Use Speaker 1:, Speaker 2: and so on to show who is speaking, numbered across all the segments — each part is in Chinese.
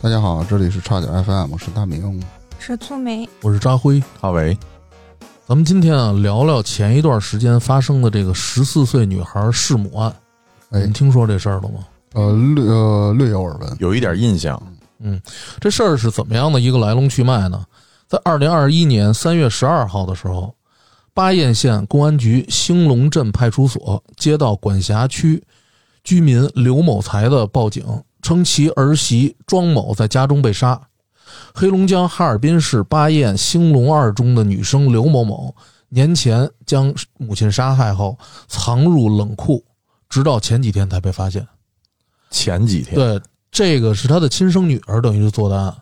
Speaker 1: 大家好，这里是差点 FM，我是大明。
Speaker 2: 是粗眉，
Speaker 3: 我是扎辉。
Speaker 4: 阿伟，
Speaker 3: 咱们今天啊，聊聊前一段时间发生的这个十四岁女孩弑母案。你
Speaker 1: 哎
Speaker 3: 们，听说这事儿了吗？
Speaker 1: 呃，略呃略有耳闻。
Speaker 4: 有一点印象，
Speaker 3: 这事儿是怎么样的一个来龙去脉呢？在二零二一年三月十二号的时候，巴彦县公安局兴隆镇派出所接到管辖区居民刘某才的报警，称其儿媳庄某在家中被杀。黑龙江哈尔滨市巴彦兴隆二中的女生刘某某年前将母亲杀害后藏入冷库，直到前几天才被发现。
Speaker 4: 前几天，
Speaker 3: 对，这个是他的亲生女儿，等于是做的案。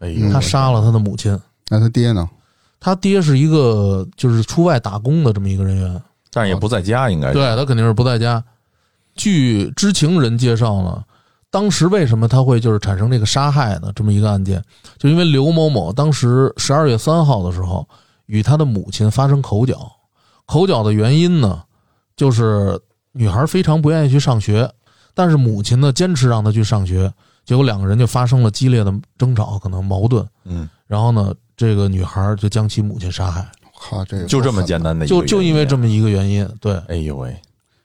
Speaker 4: 哎呦，
Speaker 3: 他杀了他的母亲。
Speaker 1: 那他爹呢？
Speaker 3: 他爹是一个就是出外打工的这么一个人员，
Speaker 4: 但是也不在家，应该是
Speaker 3: 对他肯定是不在家。据知情人介绍呢，当时为什么他会就是产生这个杀害呢？这么一个案件，就因为刘某某当时十二月三号的时候与他的母亲发生口角，口角的原因呢，就是女孩非常不愿意去上学，但是母亲呢坚持让她去上学，结果两个人就发生了激烈的争吵，可能矛盾。
Speaker 4: 嗯，
Speaker 3: 然后呢，这个女孩就将其母亲杀害，
Speaker 1: 哈，这个
Speaker 4: 就这么简单的一个
Speaker 3: 就就因为这
Speaker 4: 么，
Speaker 3: 么一个原因。对，
Speaker 4: 哎呦喂，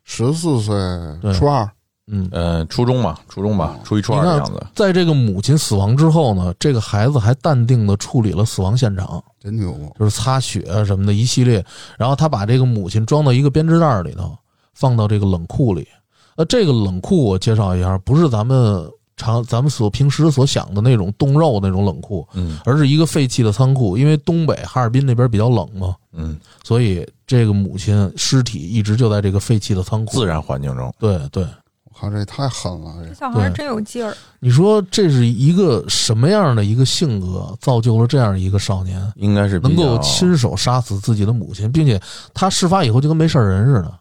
Speaker 1: 十四岁
Speaker 3: 对
Speaker 1: 初二，
Speaker 3: 嗯，
Speaker 4: 呃，初中嘛，初中吧，初一初二
Speaker 3: 你
Speaker 4: 的
Speaker 3: 看
Speaker 4: 样子，
Speaker 3: 在这个母亲死亡之后呢，这个孩子还淡定的处理了死亡现场，
Speaker 1: 真牛！
Speaker 3: 就是擦血啊什么的一系列。然后他把这个母亲装到一个编织袋儿里头，放到这个冷库里。呃，这个冷库我介绍一下，不是咱们常咱们所平时所想的那种冻肉那种冷库，
Speaker 4: 嗯
Speaker 3: 而是一个废弃的仓库。因为东北哈尔滨那边比较冷嘛，
Speaker 4: 嗯，
Speaker 3: 所以这个母亲尸体一直就在这个废弃的仓库。
Speaker 4: 自然环境中，
Speaker 3: 对对，
Speaker 1: 我靠，这也太狠了！
Speaker 2: 这
Speaker 1: 这
Speaker 2: 小孩儿
Speaker 3: 对
Speaker 2: 真有劲儿，
Speaker 3: 你说这是一个什么样的一个性格，造就了这样一个少年，
Speaker 4: 应该是比
Speaker 3: 能
Speaker 4: 较
Speaker 3: 够亲，手杀死自己的母亲，并且他事发以后就跟没事儿人似的，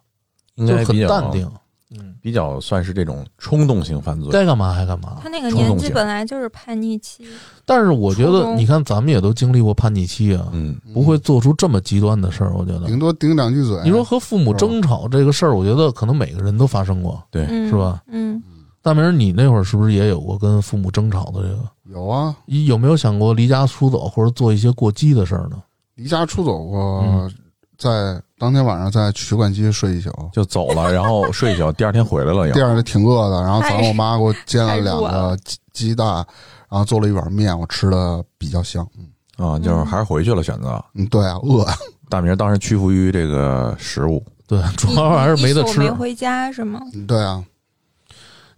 Speaker 4: 应
Speaker 3: 就
Speaker 4: 该比
Speaker 3: 很
Speaker 4: 较
Speaker 3: 淡，定，嗯，
Speaker 4: 比较算是这种冲动型犯罪，
Speaker 3: 该干嘛还干嘛
Speaker 2: 他。那个
Speaker 4: 冲动
Speaker 2: 年纪
Speaker 4: 型
Speaker 2: 本来就是叛逆期，
Speaker 3: 但是我觉
Speaker 2: 初
Speaker 3: 得，
Speaker 2: 中
Speaker 3: 你看咱们也都经历过叛逆期啊，
Speaker 4: 嗯，
Speaker 3: 不会做出这么极端的事儿。我觉得，
Speaker 1: 顶多顶两句嘴。
Speaker 3: 你说和父母争吵这个事儿，我觉得可能每个人都发生过。
Speaker 4: 对，
Speaker 2: 嗯，
Speaker 3: 是吧？
Speaker 2: 嗯，
Speaker 3: 大明儿，你那会儿是不是也有过跟父母争吵的这个？
Speaker 1: 有啊，
Speaker 3: 你有没有想过离家出走或者做一些过激的事儿呢？
Speaker 1: 离家出走过
Speaker 3: 嗯，
Speaker 1: 在当天晚上在取款机睡一宿，
Speaker 4: 就走了，然后睡一宿，第二天回来了
Speaker 1: 第
Speaker 4: 又，
Speaker 1: 二天挺饿的，然后早上
Speaker 2: 太
Speaker 1: 我妈给我煎了
Speaker 2: 太
Speaker 1: 两
Speaker 2: 弱
Speaker 1: 个
Speaker 2: 了
Speaker 1: 鸡鸡蛋，然后做了一碗面，我吃的比较香。
Speaker 4: 啊，
Speaker 3: 嗯
Speaker 4: 就是还是回去了，选择
Speaker 1: 嗯，对啊，饿啊，
Speaker 4: 大明当时屈服于这个食物，
Speaker 3: 对，主
Speaker 2: 你
Speaker 3: 要还是
Speaker 2: 你
Speaker 3: 没得
Speaker 2: 一宿
Speaker 3: 吃。
Speaker 2: 没回家是吗？
Speaker 1: 对啊，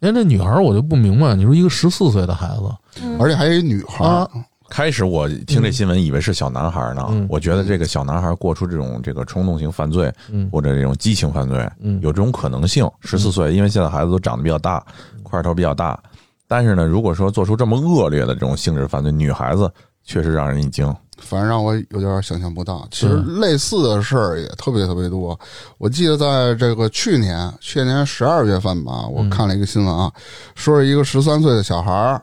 Speaker 3: 你看这女孩儿，我就不明白，你说一个十四岁的孩子，
Speaker 2: 嗯，
Speaker 1: 而且还有一女孩儿
Speaker 3: 啊，
Speaker 4: 开始我听这新闻以为是小男孩呢，
Speaker 3: 嗯
Speaker 4: 我觉得这个小男孩过出这种这个冲动型犯罪
Speaker 3: 嗯
Speaker 4: 或者这种激情犯罪
Speaker 3: 嗯，
Speaker 4: 有这种可能性。十四岁，因为现在孩子都长得比较大，块头比较大。但是呢，如果说做出这么恶劣的这种性质犯罪，女孩子确实让人一惊。
Speaker 1: 反正让我有点想象不到。其实
Speaker 3: 嗯
Speaker 1: 类似的事儿也特别特别多。我记得在这个去年，去年十二月份吧，我
Speaker 3: 嗯
Speaker 1: 看了一个新闻啊，说是一个十三岁的小孩儿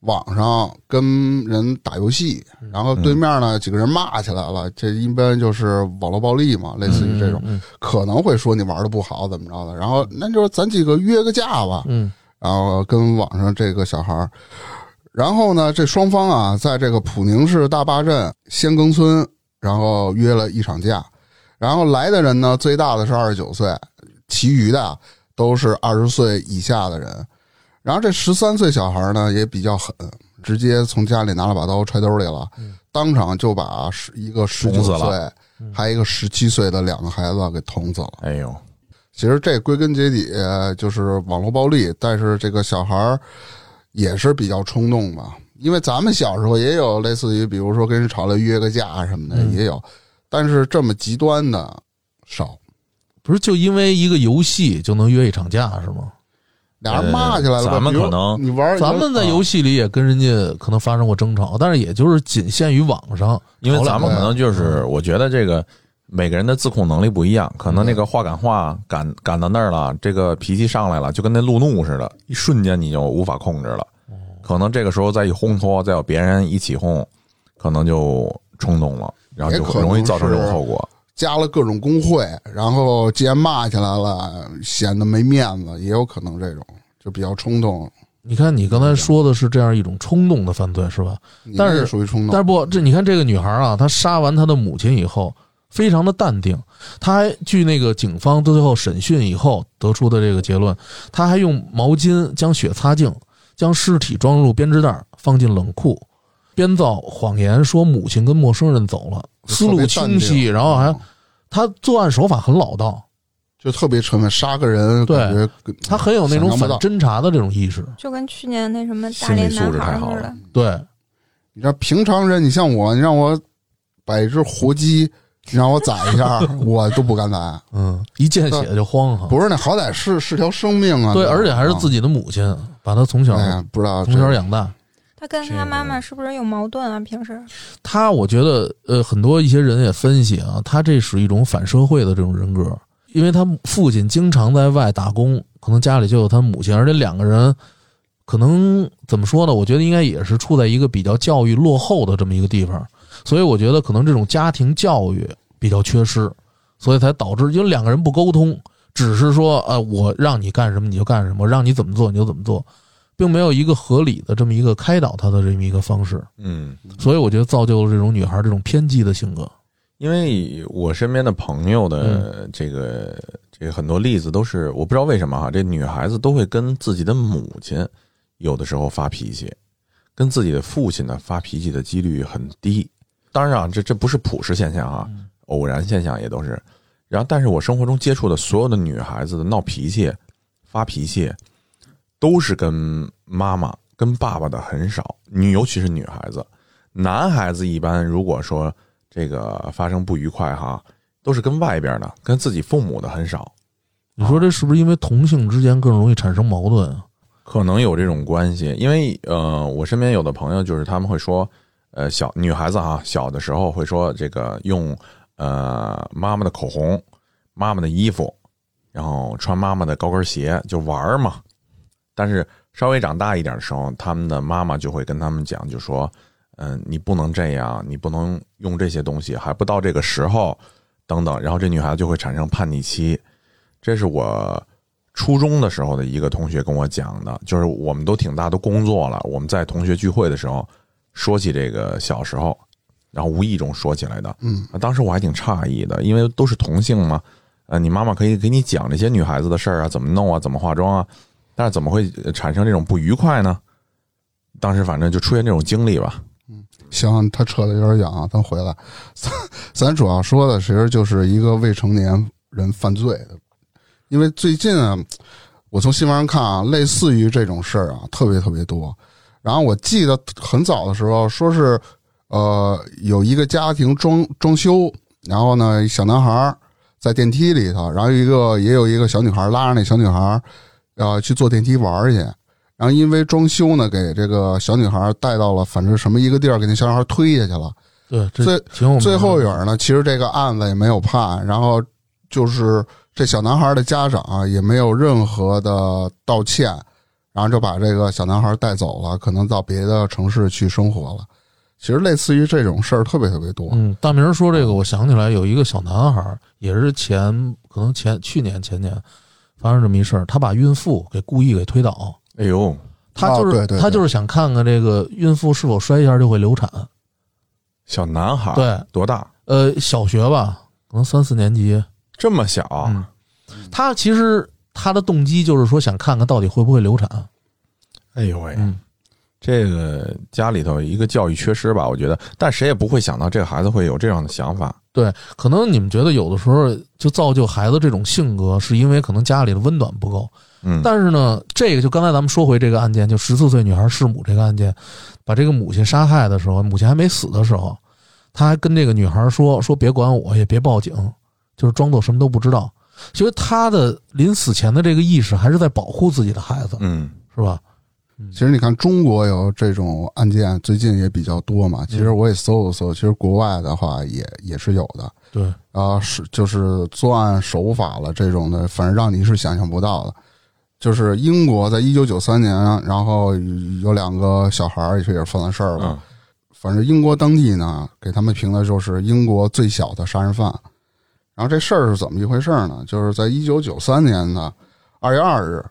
Speaker 1: 网上跟人打游戏，
Speaker 3: 嗯
Speaker 1: 然后对面呢几个人骂起来了，这一般就是网络暴力嘛，类似于这种，
Speaker 3: 嗯
Speaker 1: 可能会说你玩的不好怎么着的，然后那就是咱几个约个架吧，
Speaker 3: 嗯
Speaker 1: 然后跟网上这个小孩儿，然后呢，这双方啊，在这个普宁市大坝镇仙耕村，然后约了一场架，然后来的人呢，最大的是二十九岁，其余的都是二十岁以下的人，然后这十三岁小孩儿呢也比较狠，直接从家里拿了把刀揣兜里了，当场就把十一个十九
Speaker 4: 嗯捅死了
Speaker 1: 岁，还有一个十七岁的两个孩子给捅死了。
Speaker 4: 哎呦，
Speaker 1: 其实这归根结底呃就是网络暴力，但是这个小孩儿也是比较冲动吧，因为咱们小时候也有类似于，比如说跟人吵了约个架什么的、
Speaker 3: 嗯
Speaker 1: 也有，但是这么极端的少，
Speaker 3: 不是就因为一个游戏就能约一场架是吗？
Speaker 1: 俩人骂起来了吧，
Speaker 4: 呃咱们
Speaker 1: 比如
Speaker 4: 可能
Speaker 1: 你啊玩儿
Speaker 3: 咱们在游戏里也跟人家可能发生过争吵，但是也就是仅限于网上，
Speaker 4: 因为
Speaker 3: 吵
Speaker 4: 咱
Speaker 3: 两
Speaker 4: 们
Speaker 3: 句
Speaker 4: 可能就是，我觉得这个每个人的自控能力不一样，可
Speaker 1: 嗯
Speaker 4: 能那个话赶话赶赶到那儿了，这个脾气上来了，就跟那路怒似的，一瞬间你就无法控制了。
Speaker 1: 哦
Speaker 4: 可能这个时候再一烘托，再有别人一起哄，可能就冲动了，然后
Speaker 1: 也可
Speaker 4: 就
Speaker 1: 能
Speaker 4: 容易造成这种
Speaker 1: 是
Speaker 4: 后果。
Speaker 1: 加了各种工会，然后既然骂起来了，显得没面子，也有可能这种就比较冲动，
Speaker 3: 你看，你刚才说的是这样一种冲动的犯罪，是吧？
Speaker 1: 你
Speaker 3: 但是
Speaker 1: 这属于冲
Speaker 3: 但
Speaker 1: 动，
Speaker 3: 是不，这你看这个女孩啊，她杀完她的母亲以后，非常的淡定。她还据那个警方最后审讯以后得出的这个结论，她还用毛巾将血擦净，将尸体装入编织袋，放进冷库，编造谎言说母亲跟陌生人走了，思路清
Speaker 1: 特别淡
Speaker 3: 晰，
Speaker 1: 定
Speaker 3: 然后还
Speaker 1: 嗯
Speaker 3: 她作案手法很老道，
Speaker 1: 就特别沉稳，杀个人
Speaker 3: 对
Speaker 1: 感觉跟
Speaker 3: 她很有那种
Speaker 1: 想象不
Speaker 3: 反
Speaker 1: 到
Speaker 3: 侦查的这种意识。
Speaker 2: 就跟去年那什么大
Speaker 4: 心理
Speaker 2: 连
Speaker 4: 素
Speaker 2: 男
Speaker 4: 质太
Speaker 2: 孩
Speaker 4: 好
Speaker 2: 似
Speaker 4: 了
Speaker 2: 的，
Speaker 3: 对，
Speaker 1: 你知道平常人，你像我，你让我摆一只活鸡，你让我宰一下， 我都不敢宰。
Speaker 3: 嗯，一见血就慌哈。
Speaker 1: 不是那好歹是是条生命啊，
Speaker 3: 对，
Speaker 1: 吧
Speaker 3: 而且还是自己的母亲，把她从小
Speaker 1: 啊哎呀，不知道
Speaker 3: 从小养大。
Speaker 2: 他跟
Speaker 4: 这个
Speaker 2: 他妈妈是不是有矛盾啊？平时
Speaker 3: 他我觉得，呃，很多一些人也分析啊，他这是一种反社会的这种人格，因为他父亲经常在外打工，可能家里就有他母亲，而且两个人可能怎么说呢？我觉得应该也是处在一个比较教育落后的这么一个地方，所以我觉得可能这种家庭教育比较缺失，所以才导致因为两个人不沟通，只是说啊、呃我让你干什么你就干什么，让你怎么做你就怎么做，并没有一个合理的这么一个开导他的这么一个方式。
Speaker 4: 嗯，
Speaker 3: 所以我觉得造就了这种女孩这种偏激的性格。
Speaker 4: 因为我身边的朋友的这个、这个很多例子都是，我不知道为什么哈，这女孩子都会跟自己的母亲有的时候发脾气，跟自己的父亲呢发脾气的几率很低。当然啊，这这不是普世现象啊，偶然现象也都是。然后，但是我生活中接触的所有的女孩子的闹脾气、发脾气，都是跟妈妈、跟爸爸的很少，女尤其是女孩子，男孩子一般如果说这个发生不愉快哈，都是跟外边的，跟自己父母的很少，
Speaker 3: 你说这是不是因为同性之间更容易产生矛盾啊？
Speaker 4: 可能有这种关系。因为呃，我身边有的朋友就是他们会说，呃，小女孩子哈，小的时候会说这个用呃妈妈的口红、妈妈的衣服，然后穿妈妈的高跟鞋就玩儿嘛。但是稍微长大一点的时候，他们的妈妈就会跟他们讲，就说，嗯、你不能这样，你不能用这些东西，还不到这个时候，等等。然后这女孩子就会产生叛逆期。这是我初中的时候的一个同学跟我讲的，就是我们都挺大，都工作了，我们在同学聚会的时候说起这个小时候，然后无意中说起来的。
Speaker 1: 嗯，
Speaker 4: 啊，当时我还挺诧异的，因为都是同性嘛，呃，你妈妈可以给你讲这些女孩子的事儿啊，怎么弄啊，怎么化妆啊，但是怎么会呃产生这种不愉快呢？当时反正就出现这种经历吧，
Speaker 1: 行，他扯的有点远啊，咱回来， 咱咱主要说的其实就是一个未成年人犯罪的，因为最近啊，我从新闻上看啊，类似于这种事儿啊，特别特别多。然后我记得很早的时候，说是呃有一个家庭装装修，然后呢小男孩儿在电梯里头，然后一个也有一个小女孩儿拉着那小女孩儿，呃去坐电梯玩儿去，然后因为装修呢，给这个小女孩带到了反正什么一个地儿，给那小女孩推下去了。
Speaker 3: 对，这
Speaker 1: 最
Speaker 3: 挺有
Speaker 1: 最后
Speaker 3: 有
Speaker 1: 影呢，其实这个案子也没有判，然后就是这小男孩的家长啊、也没有任何的道歉，然后就把这个小男孩带走了，可能到别的城市去生活了。其实类似于这种事儿特别特别多，
Speaker 3: 嗯，大明说这个，我想起来有一个小男孩，也是前可能前去年前年发生这么一事儿，他把孕妇给故意给推倒，
Speaker 4: 哎呦，
Speaker 3: 他就是、
Speaker 1: 哦对对对
Speaker 3: 他就是想看看这个孕妇是否摔一下就会流产。
Speaker 4: 小男
Speaker 1: 啊
Speaker 4: 孩，，
Speaker 3: 对，
Speaker 4: 多大？
Speaker 3: 呃，小学吧，可能三四年级，
Speaker 4: 这么小，
Speaker 1: 啊
Speaker 3: 嗯他其实他的动机就是说想看看到底会不会流产。
Speaker 4: 哎呦喂，
Speaker 3: 嗯，
Speaker 4: 这个家里头一个教育缺失吧，我觉得，但谁也不会想到这个孩子会有这样的想法，
Speaker 3: 对，可能你们觉得有的时候就造就孩子这种性格，是因为可能家里的温暖不够。
Speaker 4: 嗯，
Speaker 3: 但是呢，这个就刚才咱们说回这个案件，就十四岁女孩弑母这个案件，把这个母亲杀害的时候，母亲还没死的时候，他还跟这个女孩说 说别管我，也别报警，就是装作什么都不知道。其实他的临死前的这个意识还是在保护自己的孩子，
Speaker 4: 嗯，
Speaker 3: 是吧？
Speaker 1: 其实你看，中国有这种案件，最近也比较多嘛。其实我也搜了搜，其实国外的话也也是有的。
Speaker 3: 对，
Speaker 1: 啊，是就是作案手法了这种的，反正让你是想象不到的。就是英国在一九九三年，然后有两个小孩儿，也是也是犯了事儿了。
Speaker 4: 嗯
Speaker 1: 反正英国当地呢，给他们评的就是英国最小的杀人犯。然后这事儿是怎么一回事儿呢？就是在一九九三年的二月二日，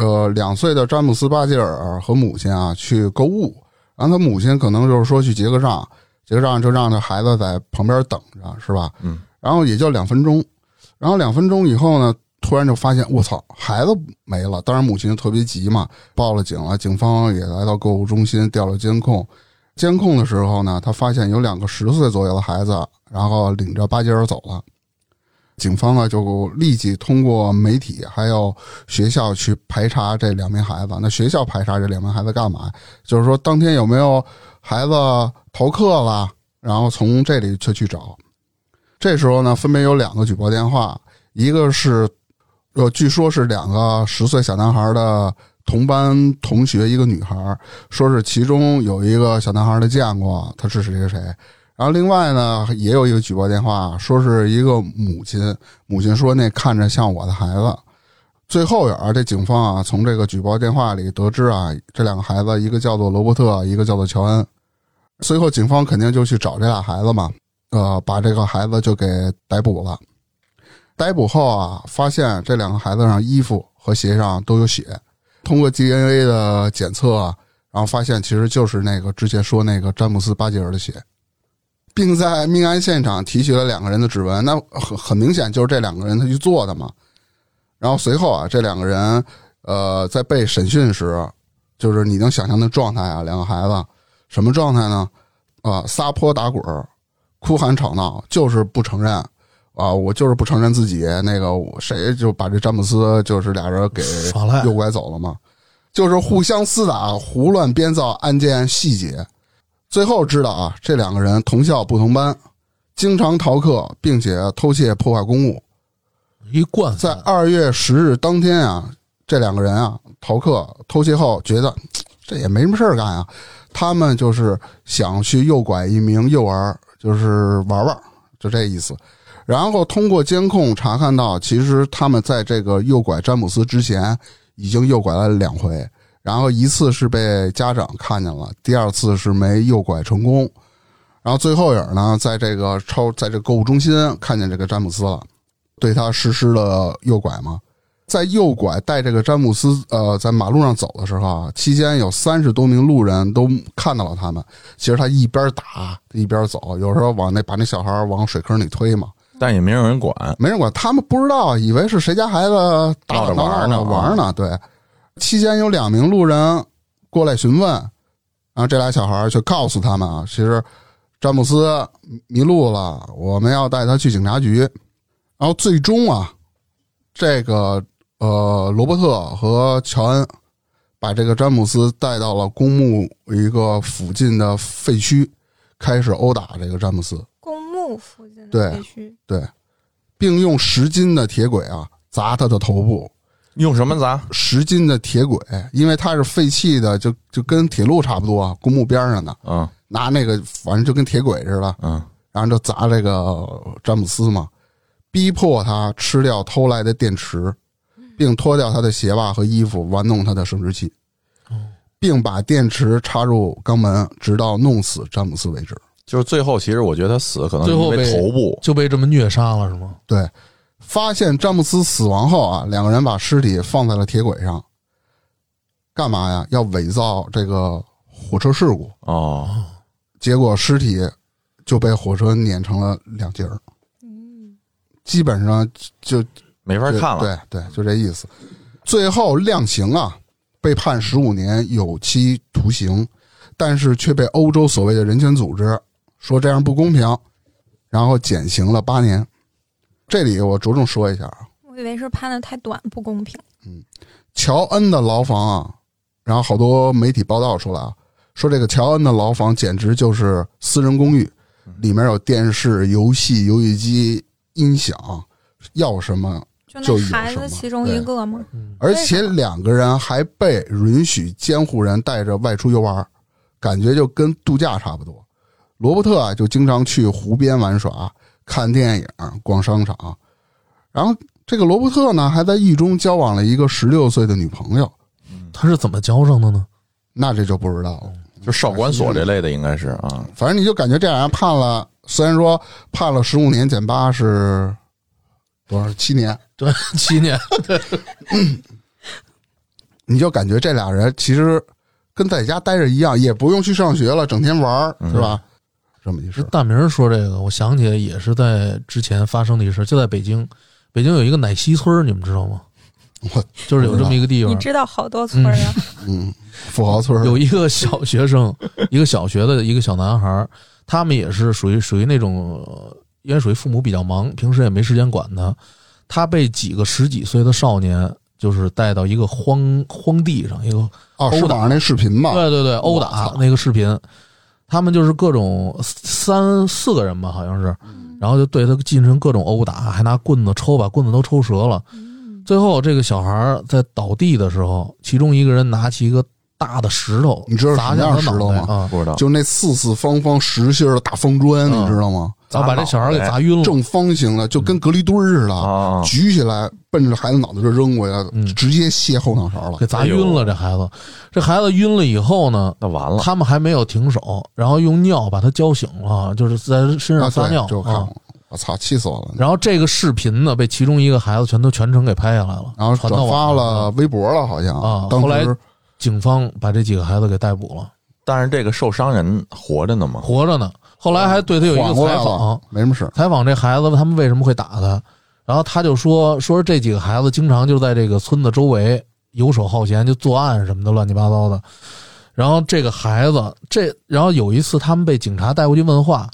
Speaker 1: 呃，两岁的詹姆斯·巴吉尔和母亲啊去购物，然后他母亲可能就是说去结个账，结个账就让这孩子在旁边等着，是吧？
Speaker 4: 嗯，
Speaker 1: 然后也就两分钟，然后两分钟以后呢，突然就发现我操，孩子没了。当然，母亲就特别急嘛，报了警了，警方也来到购物中心调了监控。监控的时候呢，他发现有两个十岁左右的孩子，然后领着巴吉尔走了。警方呢就立即通过媒体还有学校去排查这两名孩子。那学校排查这两名孩子干嘛？就是说当天有没有孩子逃课了，然后从这里就去找。这时候呢，分别有两个举报电话，一个是呃，据说是两个十岁小男孩的同班同学，一个女孩，说是其中有一个小男孩的见过，他是谁谁谁。然后另外呢，也有一个举报电话，说是一个母亲，母亲说那看着像我的孩子。最后远儿，这警方啊，从这个举报电话里得知啊，这两个孩子，一个叫做罗伯特，一个叫做乔恩。随后警方肯定就去找这俩孩子嘛，呃，把这个孩子就给逮捕了。逮捕后啊，发现这两个孩子上衣服和鞋上都有血，通过 DNA 的检测啊，然后发现其实就是那个之前说那个詹姆斯·巴吉尔的血，并在命案现场提取了两个人的指纹。那很很明显就是这两个人他去做的嘛。然后随后啊，这两个人呃在被审讯时，就是你能想象的状态啊，两个孩子什么状态呢？啊、撒泼打滚儿，哭喊吵闹，就是不承认啊，我就是不承认自己那个我谁就把这詹姆斯就是俩人给
Speaker 3: 耍赖
Speaker 1: 诱拐走了嘛，就是互相厮打，胡乱编造案件细节，最后知道啊，这两个人同校不同班，经常逃课，并且偷窃破坏公物，
Speaker 3: 一惯
Speaker 1: 在
Speaker 3: 犯
Speaker 1: 二月十日当天啊，这两个人啊逃课偷窃后，觉得这也没什么事儿干啊，他们就是想去诱拐一名幼儿，就是玩玩，就这意思。然后通过监控查看到，其实他们在这个诱拐詹姆斯之前，已经诱拐了两回，然后一次是被家长看见了，第二次是没诱拐成功。然后最后影呢，在这个超在这个购物中心看见这个詹姆斯了，对他实施了诱拐嘛。在诱拐带这个詹姆斯呃在马路上走的时候啊，期间有三十多名路人都看到了他们。其实他一边打一边走，有时候往那把那小孩往水坑里推嘛，
Speaker 4: 但也没有人管。
Speaker 1: 没人管，他们不知道，以为是谁家孩子打
Speaker 4: 闹着
Speaker 1: 着
Speaker 4: 玩儿呢啊
Speaker 1: 呢玩儿呢。对，期间有两名路人过来询问，然后这俩小孩儿就告诉他们啊，其实詹姆斯迷路了，我们要带他去警察局。然后最终啊，这个呃罗伯特和乔恩把这个詹姆斯带到了公墓一个附近的废墟，开始殴打这个詹姆斯。
Speaker 2: 公墓附近
Speaker 1: 对
Speaker 2: 的废墟，
Speaker 1: 并用十斤的铁轨啊砸他的头部，
Speaker 4: 用什么砸？
Speaker 1: 十斤的铁轨，因为它是废弃的，就就跟铁路差不多啊，公墓边上的，
Speaker 4: 嗯
Speaker 1: 拿那个反正就跟铁轨似的，
Speaker 4: 嗯，
Speaker 1: 然后就砸这个詹姆斯嘛，逼迫他吃掉偷来的电池，并脱掉他的鞋袜和衣服，玩弄他的生殖器，并把电池插入肛门，直到弄死詹姆斯为止。
Speaker 4: 就是最后，其实我觉得他死可能是
Speaker 3: 最后
Speaker 4: 因为
Speaker 3: 被
Speaker 4: 头部
Speaker 3: 就被这么虐杀了是吗？
Speaker 1: 对，发现詹姆斯死亡后啊，两个人把尸体放在了铁轨上，干嘛呀？要伪造这个火车事故。
Speaker 4: 哦，
Speaker 1: 结果尸体就被火车碾成了两截儿，
Speaker 2: 嗯，
Speaker 1: 基本上就
Speaker 4: 没法看了。
Speaker 1: 对对，就这意思。最后量刑啊，被判十五年有期徒刑，但是却被欧洲所谓的人权组织说这样不公平，然后减刑了八年。这里我着重说一下啊，
Speaker 2: 我以为是判的太短不公平，
Speaker 1: 乔恩的牢房啊，然后好多媒体报道出来啊，说这个乔恩的牢房简直就是私人公寓，里面有电视、游戏、游戏机、音响，要什么。
Speaker 2: 就
Speaker 1: 就
Speaker 2: 那
Speaker 1: 有
Speaker 2: 孩
Speaker 1: 什么
Speaker 2: 子其中一个嘛，
Speaker 1: 而且两个人还被允许监护人带着外出游玩，感觉就跟度假差不多。罗伯特啊，就经常去湖边玩耍、看电影、逛商场。然后这个罗伯特呢，还在狱中交往了一个十六岁的女朋友，
Speaker 3: 他是怎么交上的呢？
Speaker 1: 那这就不知道了。
Speaker 4: 就少管所这类的应该是啊，
Speaker 1: 反正你就感觉这俩人判了，虽然说判了十五年减八是多少七年，
Speaker 3: 对，七年
Speaker 1: 你就感觉这俩人其实跟在家待着一样，也不用去上学了，整天玩儿是吧？这么一
Speaker 3: 这
Speaker 1: 事，
Speaker 3: 大明儿说这个，我想起来也是在之前发生的一事，就在北京，北京有一个奶昔村儿，你们知道吗？
Speaker 1: 我
Speaker 3: 就是有这么一个地
Speaker 2: 你
Speaker 3: 方，
Speaker 2: 知道好多村儿啊，
Speaker 1: 嗯，富豪村儿
Speaker 3: 有一个小学生， 一个小学的一个小男孩儿，他们也是属于属于那种，呃因为属于父母比较忙，平时也没时间管他，他被几个十几岁的少年就是带到一个荒荒地上，一个
Speaker 1: 哦，是
Speaker 3: 殴打
Speaker 1: 网上那视频嘛？
Speaker 3: 对对对，殴打
Speaker 1: 操
Speaker 3: 那个视频，他们就是各种三四个人吧，好像是，然后就对他进行各种殴打，还拿棍子抽，把棍子都抽折了。
Speaker 2: 嗯
Speaker 3: 最后这个小孩儿在倒地的时候，其中一个人拿起一个大的石头，
Speaker 1: 你知道
Speaker 3: 砸
Speaker 1: 什么
Speaker 3: 向
Speaker 1: 样
Speaker 3: 他脑
Speaker 1: 石头
Speaker 3: 袋
Speaker 1: 吗
Speaker 3: 啊，
Speaker 4: 不知道
Speaker 1: 就那四四方方实心儿的大方砖，
Speaker 3: 嗯
Speaker 1: 你知道吗？
Speaker 3: 然后把这小孩儿给砸晕了。
Speaker 1: 正方形的，就跟隔离墩儿似的，
Speaker 4: 啊，
Speaker 1: 举起来奔着孩子脑袋就扔过去了
Speaker 3: 嗯，
Speaker 1: 直接卸后脑勺了
Speaker 3: 给。砸晕
Speaker 1: 哎
Speaker 3: 了，这孩子，这孩子晕了以后呢，
Speaker 4: 那完了，
Speaker 3: 他们还没有停手，然后用尿把他浇醒了，就是在身
Speaker 1: 啊
Speaker 3: 上撒
Speaker 1: 对
Speaker 3: 尿
Speaker 1: 这我看
Speaker 3: 啊
Speaker 1: 过。，我操，气死我了！
Speaker 3: 然后这个视频呢，被其中一个孩子全都全程给拍下来了，
Speaker 1: 然后
Speaker 3: 传
Speaker 1: 转
Speaker 3: 到
Speaker 1: 发
Speaker 3: 网上
Speaker 1: 了。微博了，好像
Speaker 3: 啊
Speaker 1: 当
Speaker 3: 后来
Speaker 1: 时
Speaker 3: 警方把这几个孩子给逮捕了，
Speaker 4: 但是这个受伤人活着呢吗？
Speaker 3: 活着呢。后来还对他有一
Speaker 1: 缓
Speaker 3: 个
Speaker 1: 过来
Speaker 3: 采
Speaker 1: 了
Speaker 3: 访，，
Speaker 1: 没什么事。
Speaker 3: 采访这孩子他们为什么会打他，然后他就说说这几个孩子经常就在这个村子周围游手好闲，就作案什么的乱七八糟的。然后这个孩子这，然后有一次他们被警察带回去问话，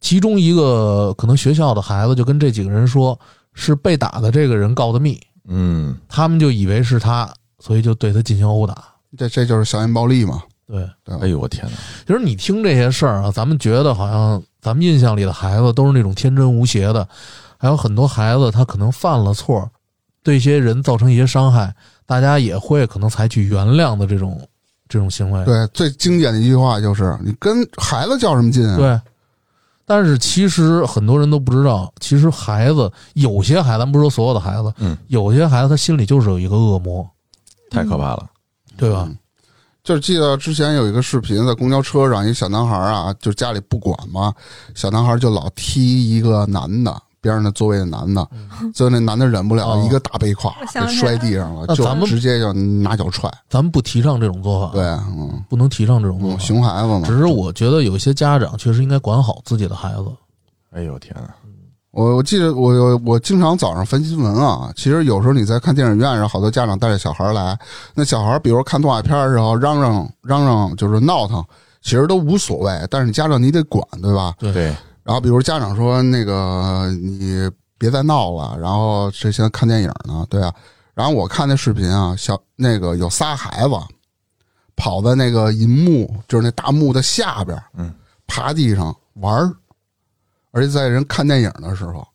Speaker 3: 其中一个可能学校的孩子就跟这几个人说，是被打的这个人告的密，
Speaker 4: 嗯，
Speaker 3: 他们就以为是他，所以就对他进行殴打。
Speaker 1: 这这就是校园暴力嘛？
Speaker 3: 对，
Speaker 4: 哎呦我天哪，
Speaker 3: 其实你听这些事儿啊，咱们觉得好像咱们印象里的孩子都是那种天真无邪的，还有很多孩子他可能犯了错，对一些人造成一些伤害，大家也会可能采取原谅的这种这种行为。
Speaker 1: 对，最经典的一句话就是：“你跟孩子较什么劲啊？”
Speaker 3: 对但是其实很多人都不知道，其实孩子有些孩子，咱不说所有的孩子，
Speaker 4: 嗯，
Speaker 3: 有些孩子他心里就是有一个恶魔，
Speaker 4: 太可怕了，
Speaker 3: 对
Speaker 1: 嗯
Speaker 3: 吧？
Speaker 1: 就是记得之前有一个视频，在公交车上，一小男孩啊，就是家里不管嘛，小男孩就老踢一个男的，边上的座位的男的，最后那男的忍不了，
Speaker 3: 嗯哦
Speaker 1: 一个大背胯
Speaker 2: 我想
Speaker 1: 给
Speaker 2: 起来
Speaker 1: 摔
Speaker 2: 了
Speaker 1: 地上了，
Speaker 3: 那
Speaker 1: 就
Speaker 3: 咱们
Speaker 1: 直接就拿脚踹。
Speaker 3: 咱们不提倡这种做法，
Speaker 1: 对，嗯，
Speaker 3: 不能提倡这种做
Speaker 1: 嗯
Speaker 3: 法。
Speaker 1: 熊孩子嘛。
Speaker 3: 只是我觉得有些家长确实应该管好自己的孩子。
Speaker 4: 哎呦天哪，
Speaker 1: 我我记得我我我经常早上翻新闻啊，其实有时候你在看电影院，然后好多家长带着小孩来，那小孩比如看动画片的时候嚷嚷嚷嚷，就是闹腾，其实都无所谓，但是你家长你得管，对吧？
Speaker 4: 对，
Speaker 1: 然后比如家长说那个你别再闹了，然后这现在看电影呢，对啊。然后我看那视频啊，小那个有仨孩子跑在那个银幕，就是那大幕的下边，
Speaker 4: 嗯，
Speaker 1: 爬地上玩儿，而且在人看电影的时候，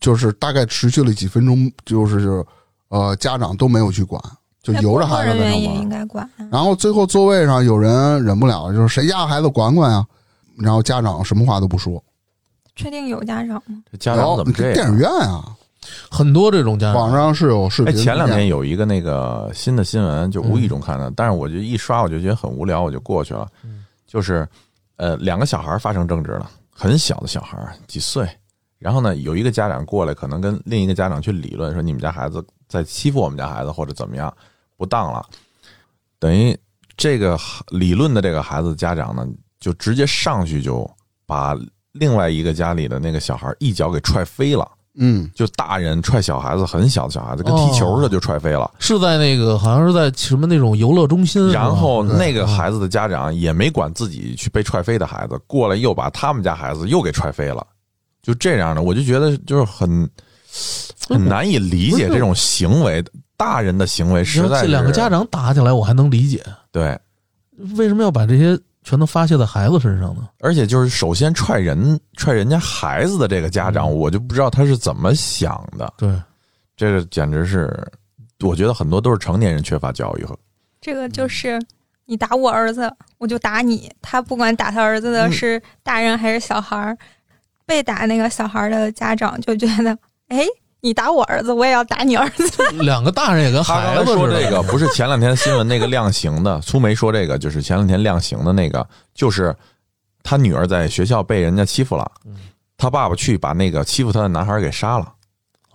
Speaker 1: 就是大概持续了几分钟，就是就是呃家长都没有去管，就
Speaker 2: 那
Speaker 1: 由着
Speaker 2: 工作
Speaker 1: 孩子
Speaker 2: 人
Speaker 1: 在那玩
Speaker 2: 员也
Speaker 1: 儿
Speaker 2: 应。该管啊。
Speaker 1: 然后最后座位上有人忍不了了，就是谁家孩子管管啊？然后家长什么话都不说，
Speaker 2: 确定有家长吗？
Speaker 4: 这家长怎么这
Speaker 1: 哦电
Speaker 4: 样
Speaker 1: 影？院啊，
Speaker 3: 很多这种家
Speaker 1: 网
Speaker 3: 长，
Speaker 1: 上是有视
Speaker 4: 哎，
Speaker 1: 频。
Speaker 4: 前两天有一个那个新的新闻，就无意中看
Speaker 1: 嗯
Speaker 4: 到，但是我就一刷我就觉得很无聊，我就过去了。就是，呃，两个小孩发生争执了，很小的小孩儿，几岁。然后呢，有一个家长过来，可能跟另一个家长去理论，说你们家孩子在欺负我们家孩子，或者怎么样不当了。等于这个理论的这个孩子的家长呢，就直接上去就把另外一个家里的那个小孩一脚给踹飞了。
Speaker 1: 嗯，
Speaker 4: 就大人踹小孩子，很小的小孩子，跟踢球似的就踹飞了。
Speaker 3: 是在那个好像是在什么那种游乐中心，
Speaker 4: 然后
Speaker 3: 是吧
Speaker 4: 那个孩子的家长也没管自己去被踹飞的孩子，过来又把他们家孩子又给踹飞了，就这样的，我就觉得就是很很难以理解这种行为，大人的行为
Speaker 3: 你
Speaker 4: 实
Speaker 3: 说
Speaker 4: 在
Speaker 3: 嗯这
Speaker 4: 是
Speaker 3: 两个家长打起来，我还能理解，
Speaker 4: 对，
Speaker 3: 为什么要把这些全都发泄在孩子身上呢？
Speaker 4: 而且就是首先踹人踹人家孩子的这个家长，
Speaker 3: 嗯
Speaker 4: 我就不知道他是怎么想的，
Speaker 3: 对，
Speaker 4: 这个简直是，我觉得很多都是成年人缺乏教育和
Speaker 2: 这个
Speaker 3: 嗯
Speaker 2: 就是你打我儿子，我就打你。他不管打他儿子的
Speaker 4: 嗯
Speaker 2: 是大人还是小孩儿，被打那个小孩儿的家长就觉得，哎，你打我儿子，我也要打你儿子。
Speaker 3: 两个大人也跟
Speaker 4: 他刚才
Speaker 3: 孩子
Speaker 4: 说
Speaker 3: 似的
Speaker 4: 这个不是前两天新闻那个量刑的，苏梅说这个就是前两天量刑的那个，就是他女儿在学校被人家欺负了，他爸爸去把那个欺负他的男孩给杀了，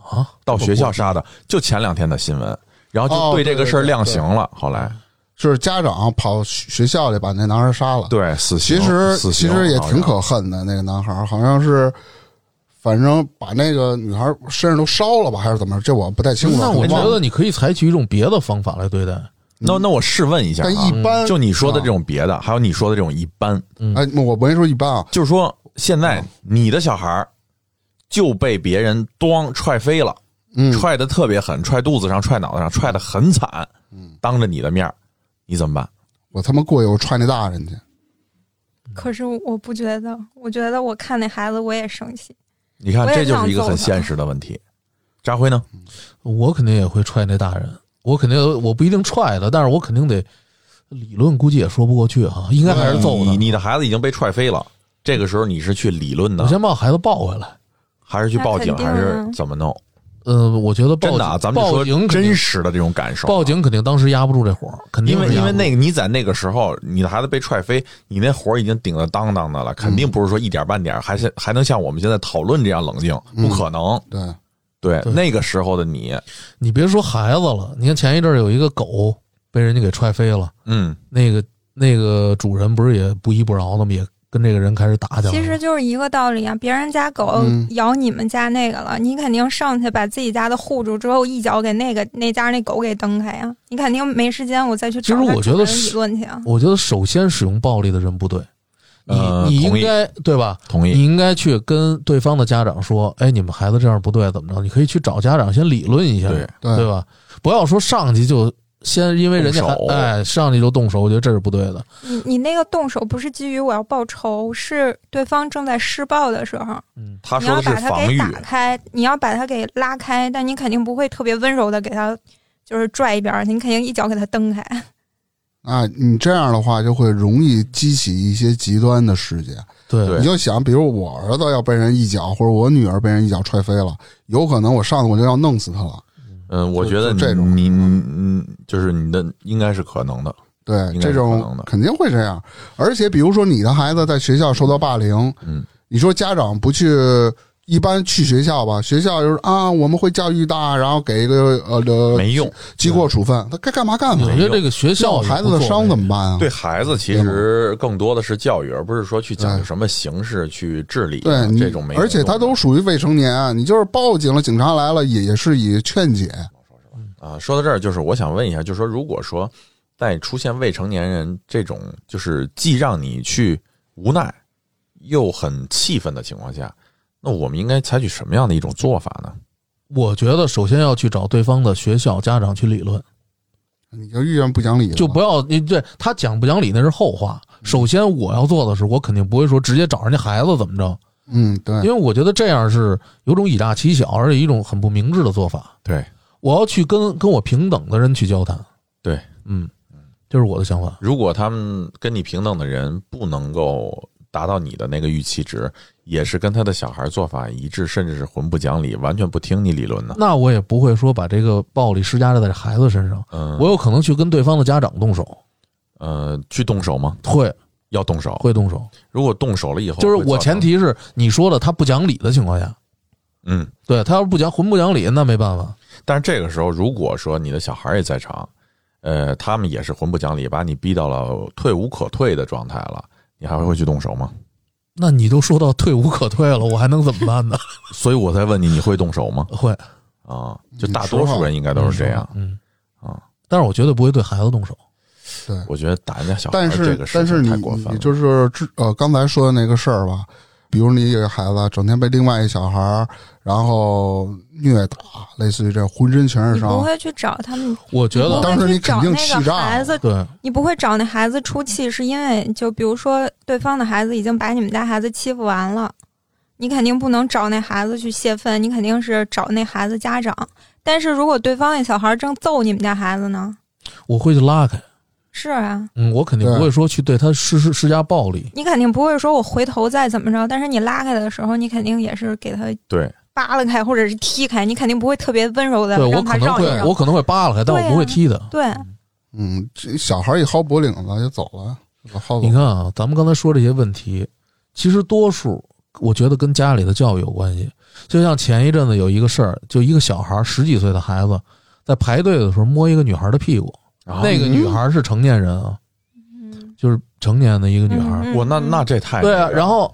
Speaker 3: 啊，
Speaker 4: 到学校杀的，就前两天的新闻。然
Speaker 1: 哦
Speaker 4: 后就对这个事儿
Speaker 1: 对对哦对
Speaker 4: 量刑了。后来
Speaker 1: 是家长跑学学校里把那男孩杀了。
Speaker 4: 对死刑，
Speaker 1: 其实
Speaker 4: 死
Speaker 1: 其
Speaker 4: 刑
Speaker 1: 实也挺
Speaker 4: 好
Speaker 1: 可
Speaker 4: 像
Speaker 1: 恨的，那个男孩儿好像是，反正把那个女孩儿身上都烧了吧，还是怎么着？这我不太清楚了。
Speaker 3: 那我
Speaker 1: 忘
Speaker 3: 觉
Speaker 1: 了
Speaker 3: 得你可以采取一种别的方法来对待。
Speaker 4: 那那我试问一下啊，
Speaker 1: 但一般啊
Speaker 4: 就你说的这种别的，还有你说的这种一般，
Speaker 1: 哎，我没说一般啊，
Speaker 4: 就是说现在你的小孩儿就被别人咣踹飞了，
Speaker 1: 嗯，
Speaker 4: 踹的特别狠，踹肚子上，踹脑袋上，踹的很惨，当着你的面儿，你怎么办？
Speaker 1: 我他妈过去我踹那大人去，
Speaker 2: 可是我不觉得，我觉得我看那孩子我也生气。
Speaker 4: 你看
Speaker 2: 我，也
Speaker 4: 这就是一个
Speaker 2: 想揍
Speaker 4: 很
Speaker 2: 他
Speaker 4: 现实的问题。扎辉呢？
Speaker 3: 我肯定也会踹那大人，我肯定我不一定踹他，但是我肯定得理论，估计也说不过去哈，应该还是揍
Speaker 4: 你，
Speaker 3: 他。
Speaker 4: 你的孩子已经被踹飞了，这个时候你是去理论
Speaker 3: 我
Speaker 4: 呢，
Speaker 3: 先把我孩子抱回来。
Speaker 4: 还是去报警，
Speaker 2: 那肯定
Speaker 4: 还
Speaker 2: 啊
Speaker 4: 是怎么弄？
Speaker 3: 呃，我觉得报
Speaker 4: 真的啊，
Speaker 3: 警
Speaker 4: 咱们就
Speaker 3: 报
Speaker 4: 说
Speaker 3: 警
Speaker 4: 真
Speaker 3: 是
Speaker 4: 实的这种感受啊。
Speaker 3: 报警肯定当时压不住这火，肯定
Speaker 4: 因为
Speaker 3: 是压
Speaker 4: 因
Speaker 3: 不
Speaker 4: 为
Speaker 3: 住
Speaker 4: 那个你在那个时候，你的孩子被踹飞，你那火已经顶得当当的了，肯定不是说一点半点儿，还是还能像我们现在讨论这样冷静，不可能。
Speaker 1: 对，
Speaker 4: 对，
Speaker 3: 对
Speaker 4: 那个时候的你，
Speaker 3: 你别说孩子了，你看前一阵儿有一个狗被人家给踹飞了，
Speaker 4: 嗯，
Speaker 3: 那个那个主人不是也不依不饶的吗？也跟这个人开始打起来了。
Speaker 2: 其实就是一个道理啊，别人家狗
Speaker 1: 嗯
Speaker 2: 咬你们家那个了，你肯定上去把自己家的护住，之后一脚给那个那家那狗给蹬开呀、你肯定没时间，我再去
Speaker 3: 其
Speaker 2: 找
Speaker 3: 实
Speaker 2: 它
Speaker 3: 我
Speaker 2: 主
Speaker 3: 觉得
Speaker 2: 人
Speaker 3: 是
Speaker 2: 理论去啊。
Speaker 3: 我觉得首先使用暴力的人不对，你、
Speaker 4: 呃
Speaker 3: 你
Speaker 4: 同
Speaker 3: 应
Speaker 4: 意
Speaker 3: 该对吧？
Speaker 4: 同
Speaker 3: 你
Speaker 4: 意。
Speaker 3: 应该去跟对方的家长说，哎，你们孩子这样不对，怎么着？你可以去找家长先理论一下，
Speaker 4: 对，
Speaker 1: 对
Speaker 3: 吧？不要说上去就先因为人家
Speaker 4: 动
Speaker 3: 还
Speaker 4: 手
Speaker 3: 哎上去就动手，我觉得这是不对的。
Speaker 2: 你你那个动手不是基于我要报仇，是对方正在施暴的时候，
Speaker 3: 嗯，
Speaker 4: 他
Speaker 2: 你
Speaker 4: 说
Speaker 2: 要
Speaker 4: 的是
Speaker 2: 把它
Speaker 4: 防
Speaker 2: 给
Speaker 4: 御，
Speaker 2: 打开，你要把它给拉开，但你肯定不会特别温柔的给它就是拽一边儿，你肯定一脚给它蹬开。
Speaker 1: 啊，你这样的话就会容易激起一些极端的事件。
Speaker 3: 对
Speaker 4: 对
Speaker 1: 你就想，比如我儿子要被人一脚，或者我女儿被人一脚踹飞了，有可能我上去我就要弄死他了。
Speaker 4: 嗯，我觉得
Speaker 1: 就这种
Speaker 4: 你你你就是你的应该是可能的，
Speaker 1: 对，
Speaker 4: 应该
Speaker 1: 这
Speaker 4: 是可
Speaker 1: 种
Speaker 4: 能的
Speaker 1: 肯定会这样。而且，比如说你的孩子在学校受到霸凌，
Speaker 4: 嗯，
Speaker 1: 你说家长不去，一般去学校吧，学校就是啊，我们会教育大，然后给一个呃呃
Speaker 4: 没用。
Speaker 1: 机构处分，他该干嘛干嘛
Speaker 3: 我。觉得这个学校
Speaker 1: 要孩子的
Speaker 3: 哎
Speaker 1: 伤怎么办啊？
Speaker 4: 对孩子，其实更多的是教育，而不是说去讲究
Speaker 1: 对
Speaker 4: 什么形式去治理啊
Speaker 1: 对，你
Speaker 4: 这种没有用的。
Speaker 1: 而且他都属于未成年，啊你就是报警了，警察来了，也也是以劝解。
Speaker 4: 啊，说到这儿，就是我想问一下，就是说，如果说在出现未成年人这种，就是既让你去无奈又很气愤的情况下，那我们应该采取什么样的一种做法呢？
Speaker 3: 我觉得首先要去找对方的学校家长去理论，
Speaker 1: 嗯你就遇见不讲理了，
Speaker 3: 就不要你对他讲不讲理那是后
Speaker 1: 嗯
Speaker 3: 话。首先我要做的是，我肯定不会说直接找人家孩子怎么着，
Speaker 1: 嗯，对
Speaker 3: 因，为我觉得这样是有种以大欺小，而且一种很不明智的做法。
Speaker 4: 对，
Speaker 3: 我要去跟跟我平等的人去交谈。
Speaker 4: 对，
Speaker 3: 嗯，这是我的想法。
Speaker 4: 如果他们跟你平等的人不能够达到你的那个预期值，也是跟他的小孩做法一致，甚至是混不讲理，完全不听你理论呢？
Speaker 3: 那我也不会说把这个暴力施加在这孩子身上，
Speaker 4: 嗯，
Speaker 3: 我有可能去跟对方的家长动手，
Speaker 4: 呃，去动手吗？
Speaker 3: 会
Speaker 4: 要动手。
Speaker 3: 会动手。
Speaker 4: 如果动手了以后，
Speaker 3: 就是
Speaker 4: 会造
Speaker 3: 我前
Speaker 4: 成，
Speaker 3: 提是你说的他不讲理的情况下，
Speaker 4: 嗯，
Speaker 3: 对他要是不讲混不讲理，那没办法。
Speaker 4: 但是这个时候，如果说你的小孩也在场，呃，他们也是混不讲理，把你逼到了退无可退的状态了，你还会去动手吗？
Speaker 3: 那你都说到退无可退了，我还能怎么办呢？
Speaker 4: 所以我才问你， 你会动手吗？
Speaker 3: 会
Speaker 4: 啊，就大多数人应该都是这样。
Speaker 3: 嗯
Speaker 4: 啊。
Speaker 3: 但是我绝对不会对孩子动手。
Speaker 4: 我觉得打人家小孩
Speaker 1: 但
Speaker 4: 这
Speaker 1: 是
Speaker 4: 个事
Speaker 1: 但是
Speaker 4: 情
Speaker 1: 你
Speaker 4: 太过分
Speaker 1: 你
Speaker 4: 了。
Speaker 1: 就是之呃刚才说的那个事儿吧，比如你有一个孩子整天被另外一小孩儿然后虐打，类似于这样浑身全是
Speaker 2: 你不
Speaker 1: 伤，
Speaker 2: 会去找他们，
Speaker 3: 我觉
Speaker 2: 不
Speaker 3: 得
Speaker 1: 当时
Speaker 2: 会去
Speaker 1: 你肯
Speaker 2: 找
Speaker 1: 定
Speaker 2: 那个
Speaker 1: 气炸了
Speaker 2: 孩子
Speaker 3: 对
Speaker 2: 你不会找那孩子出气，是因为就比如说对方的孩子已经把你们家孩子欺负完了，你肯定不能找那孩子去泄愤，你肯定是找那孩子家长。但是如果对方那小孩正揍你们家孩子呢？
Speaker 3: 我会去拉开，
Speaker 2: 是啊，
Speaker 3: 嗯，我肯定不会说去对他施施施加暴力。
Speaker 2: 你肯定不会说我回头再怎么着，但是你拉开的时候，你肯定也是给他
Speaker 4: 对，
Speaker 2: 扒拉开或者是踢开，你肯定不会特别温柔的
Speaker 3: 对我
Speaker 2: 让他
Speaker 3: 可能
Speaker 2: 让一
Speaker 3: 会，我
Speaker 2: 让。
Speaker 3: 可能会扒拉开，但我不会踢他。
Speaker 2: 对，
Speaker 1: 嗯，这小孩一薅脖领子就走了，薅
Speaker 3: 你
Speaker 1: 走。
Speaker 3: 看啊，咱们刚才说这些问题，其实多数我觉得跟家里的教育有关系。就像前一阵子有一个事儿，就一个小孩儿十几岁的孩子，在排队的时候摸一个女孩的屁股，
Speaker 4: 啊
Speaker 3: 那个女孩是成年人啊，就是成年的一个女孩，
Speaker 2: 嗯
Speaker 4: 我那那这太
Speaker 3: 对
Speaker 4: 那
Speaker 3: 啊，
Speaker 4: 个了
Speaker 3: 然后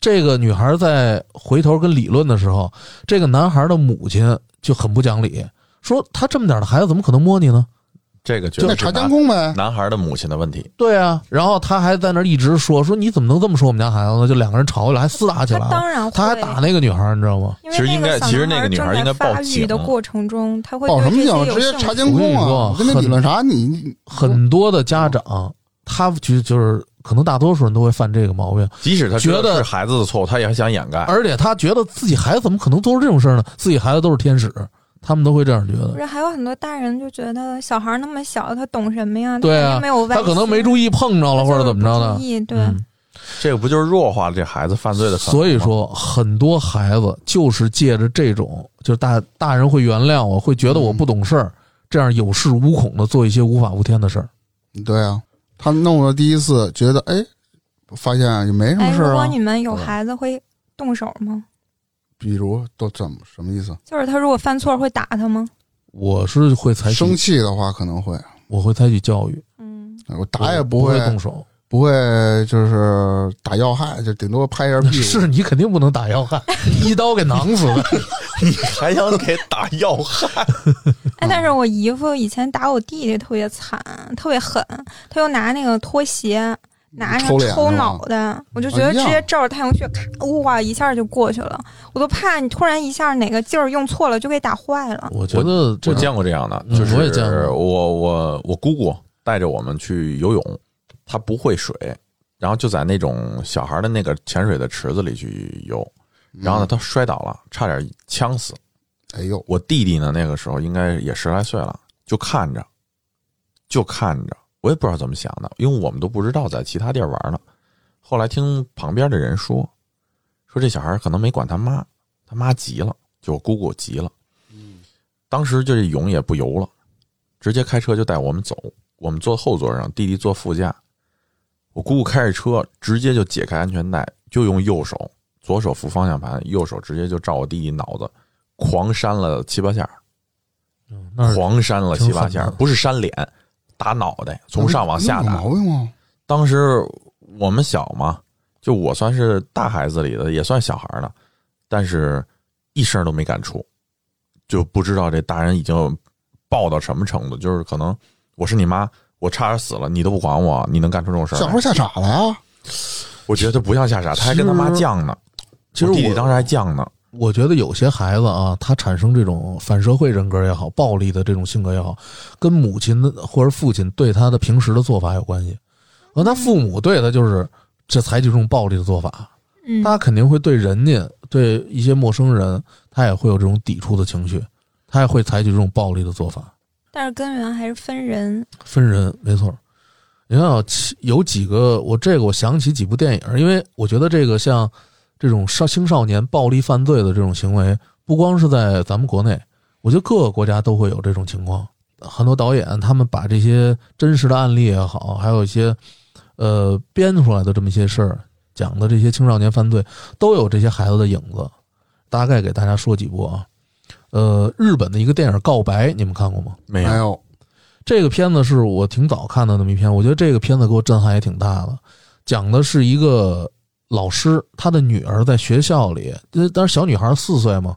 Speaker 3: 这个女孩在回头跟理论的时候，这个男孩的母亲就很不讲理，说他这么点的孩子怎么可能摸你呢？
Speaker 4: 这个就
Speaker 1: 那
Speaker 4: 是
Speaker 1: 查
Speaker 4: 男
Speaker 1: 监控呗。
Speaker 4: 男孩的母亲的问题，
Speaker 3: 对啊，然后他还在那儿一直说说你怎么能这么说我们家孩子呢？就两个人吵起来，还厮打起
Speaker 2: 他
Speaker 3: 来了，
Speaker 2: 当然会，
Speaker 3: 他还打那个女孩，你知道吗？
Speaker 2: 因
Speaker 4: 其实
Speaker 2: 为那
Speaker 4: 应
Speaker 2: 个
Speaker 4: 该
Speaker 2: 小
Speaker 4: 其实那个女
Speaker 2: 正
Speaker 4: 孩
Speaker 2: 在
Speaker 4: 应该报
Speaker 2: 发育
Speaker 4: 警
Speaker 2: 的过程中，他会
Speaker 1: 报什
Speaker 2: 对
Speaker 1: 么
Speaker 2: 这些
Speaker 1: 警？
Speaker 2: 有
Speaker 1: 直接
Speaker 2: 兴
Speaker 1: 查
Speaker 2: 趣
Speaker 1: 监控啊
Speaker 3: 我！跟
Speaker 1: 跟那
Speaker 3: 你说
Speaker 1: 理论啥？你你
Speaker 3: 很多的家长，他就就是可能大多数人都会犯这个毛病，
Speaker 4: 即使他
Speaker 3: 觉得
Speaker 4: 是孩子的错误，他也想掩盖。
Speaker 3: 而且他觉得自己孩子怎么可能做出这种事儿呢？自己孩子都是天使，
Speaker 2: 嗯
Speaker 3: 他们都会这样觉
Speaker 2: 不
Speaker 3: 得。
Speaker 2: 是，还有很多大人就觉得小孩那么小，他懂什么呀？
Speaker 3: 对
Speaker 2: 他肯
Speaker 3: 啊
Speaker 2: 定没有外
Speaker 3: 他可能没
Speaker 2: 意
Speaker 3: 注意碰着了，或者怎么着的。
Speaker 2: 对，啊
Speaker 3: 嗯
Speaker 4: 这个不就是弱化了这孩子犯罪的可能吗？
Speaker 3: 所以 说，很多孩子就是借着这种，就是大大人会原谅我，会觉得我不懂事儿，这样有恃无恐的做一些无法无天的事儿。
Speaker 1: 对啊，他弄了第一次，觉得哎，发现也没什
Speaker 2: 哎，
Speaker 1: 么事
Speaker 2: 如
Speaker 1: 儿
Speaker 2: 果
Speaker 1: 啊。
Speaker 2: 你们有孩子会动手吗？
Speaker 1: 比如都怎么什么意思？
Speaker 2: 就是他如果犯错会打他吗？
Speaker 3: 我是会采
Speaker 1: 生
Speaker 3: 取，
Speaker 1: 气的话可能会，
Speaker 3: 我会采取教育，
Speaker 2: 嗯，
Speaker 1: 我
Speaker 3: 我
Speaker 1: 打也
Speaker 3: 不
Speaker 1: 不会，
Speaker 3: 动 手。
Speaker 1: 不会就是打要害，就顶多 拍一下屁股。嗯
Speaker 3: 是你肯定不能打要害， 一刀给囊死了。
Speaker 4: 还想给打要害，
Speaker 2: 哎，但是
Speaker 3: 嗯
Speaker 2: 我姨夫以前打我弟弟特别惨，特别狠，他又拿那个拖
Speaker 3: 嗯
Speaker 2: 鞋。拿上
Speaker 1: 抽脸
Speaker 2: 抽
Speaker 1: 是吧
Speaker 2: 脑袋，我就觉
Speaker 1: 啊一
Speaker 2: 得
Speaker 3: 哎
Speaker 2: 直
Speaker 1: 样
Speaker 2: 接照着太阳穴，咔，哇，一下就过去了。我都怕你突然一下哪个劲儿用错了，就给打坏了。
Speaker 3: 我觉得这
Speaker 4: 我见过这样的，
Speaker 3: 嗯
Speaker 4: 就是
Speaker 3: 我也见过
Speaker 4: 我我我姑姑带着我们去游泳，她不会水，然后就在那种小孩的那个潜水的池子里去游，
Speaker 1: 嗯
Speaker 4: 然后呢，她摔倒了，差点呛死。
Speaker 1: 哎呦，
Speaker 4: 我弟弟呢，那个时候应该也十来岁了，就看着，就看着，我也不知道怎么想的，因为我们都不知道在其他地儿玩呢。后来听旁边的人说，说这小孩可能没管他妈，他妈急了，就我姑姑急了，当时就是泳也不游了，直接开车就带我们走，我们坐后座上，弟弟坐副驾，我姑姑开着车直接就解开安全带，就用右手，左手扶方向盘，右手直接就照我弟弟脑子。狂扇了七八下儿，
Speaker 3: 那儿
Speaker 4: 狂扇了七八
Speaker 3: 嗯挺
Speaker 4: 下
Speaker 3: 狠
Speaker 4: 儿，
Speaker 3: 的嗯
Speaker 4: 不是扇脸，打脑袋，从上往下
Speaker 1: 有
Speaker 4: 打
Speaker 1: 毛。病吗？
Speaker 4: 当时我们小嘛，就我算是大孩子里的，也算小孩儿了，但是一声都没敢出，就不知道这大人已经暴到什么程度，就是可能我是你妈，我差点死了，你都不管我，你能干出这种事
Speaker 1: 小孩
Speaker 4: 儿？
Speaker 1: 吓傻了啊呀！
Speaker 4: 我觉得不像吓傻，他还跟他妈犟呢，
Speaker 3: 其实
Speaker 4: 我弟弟
Speaker 3: 我
Speaker 4: 当时还犟呢，
Speaker 3: 我觉得有些孩子啊，他产生这种反社会人格也好，暴力的这种性格也好，跟母亲的或者父亲对他的平时的做法有关系。而他父母对他就是这采取这种暴力的做法，
Speaker 2: 嗯，
Speaker 3: 他肯定会对人家、对一些陌生人，他也会有这种抵触的情绪，他也会采取这种暴力的做法。
Speaker 2: 但是根源还是分人。
Speaker 3: 分人，没错。你看啊，其有几个我这个我想起几部电影，因为我觉得这个像这种少青少年暴力犯罪的这种行为，不光是在咱们国内，我觉得各个国家都会有这种情况。很多导演他们把这些真实的案例也好，还有一些呃编出来的这么一些事儿，讲的这些青少年犯罪都有这些孩子的影子。大概给大家说几部啊，呃，日本的一个电影《告白》，你们看过吗？
Speaker 4: 没
Speaker 1: 哎
Speaker 4: 有，
Speaker 1: 呦，
Speaker 3: 这个片子是我挺早看的那么一篇，我觉得这个片子给我震撼也挺大的。讲的是一个老师，他的女儿在学校里，呃当时小女孩四岁嘛，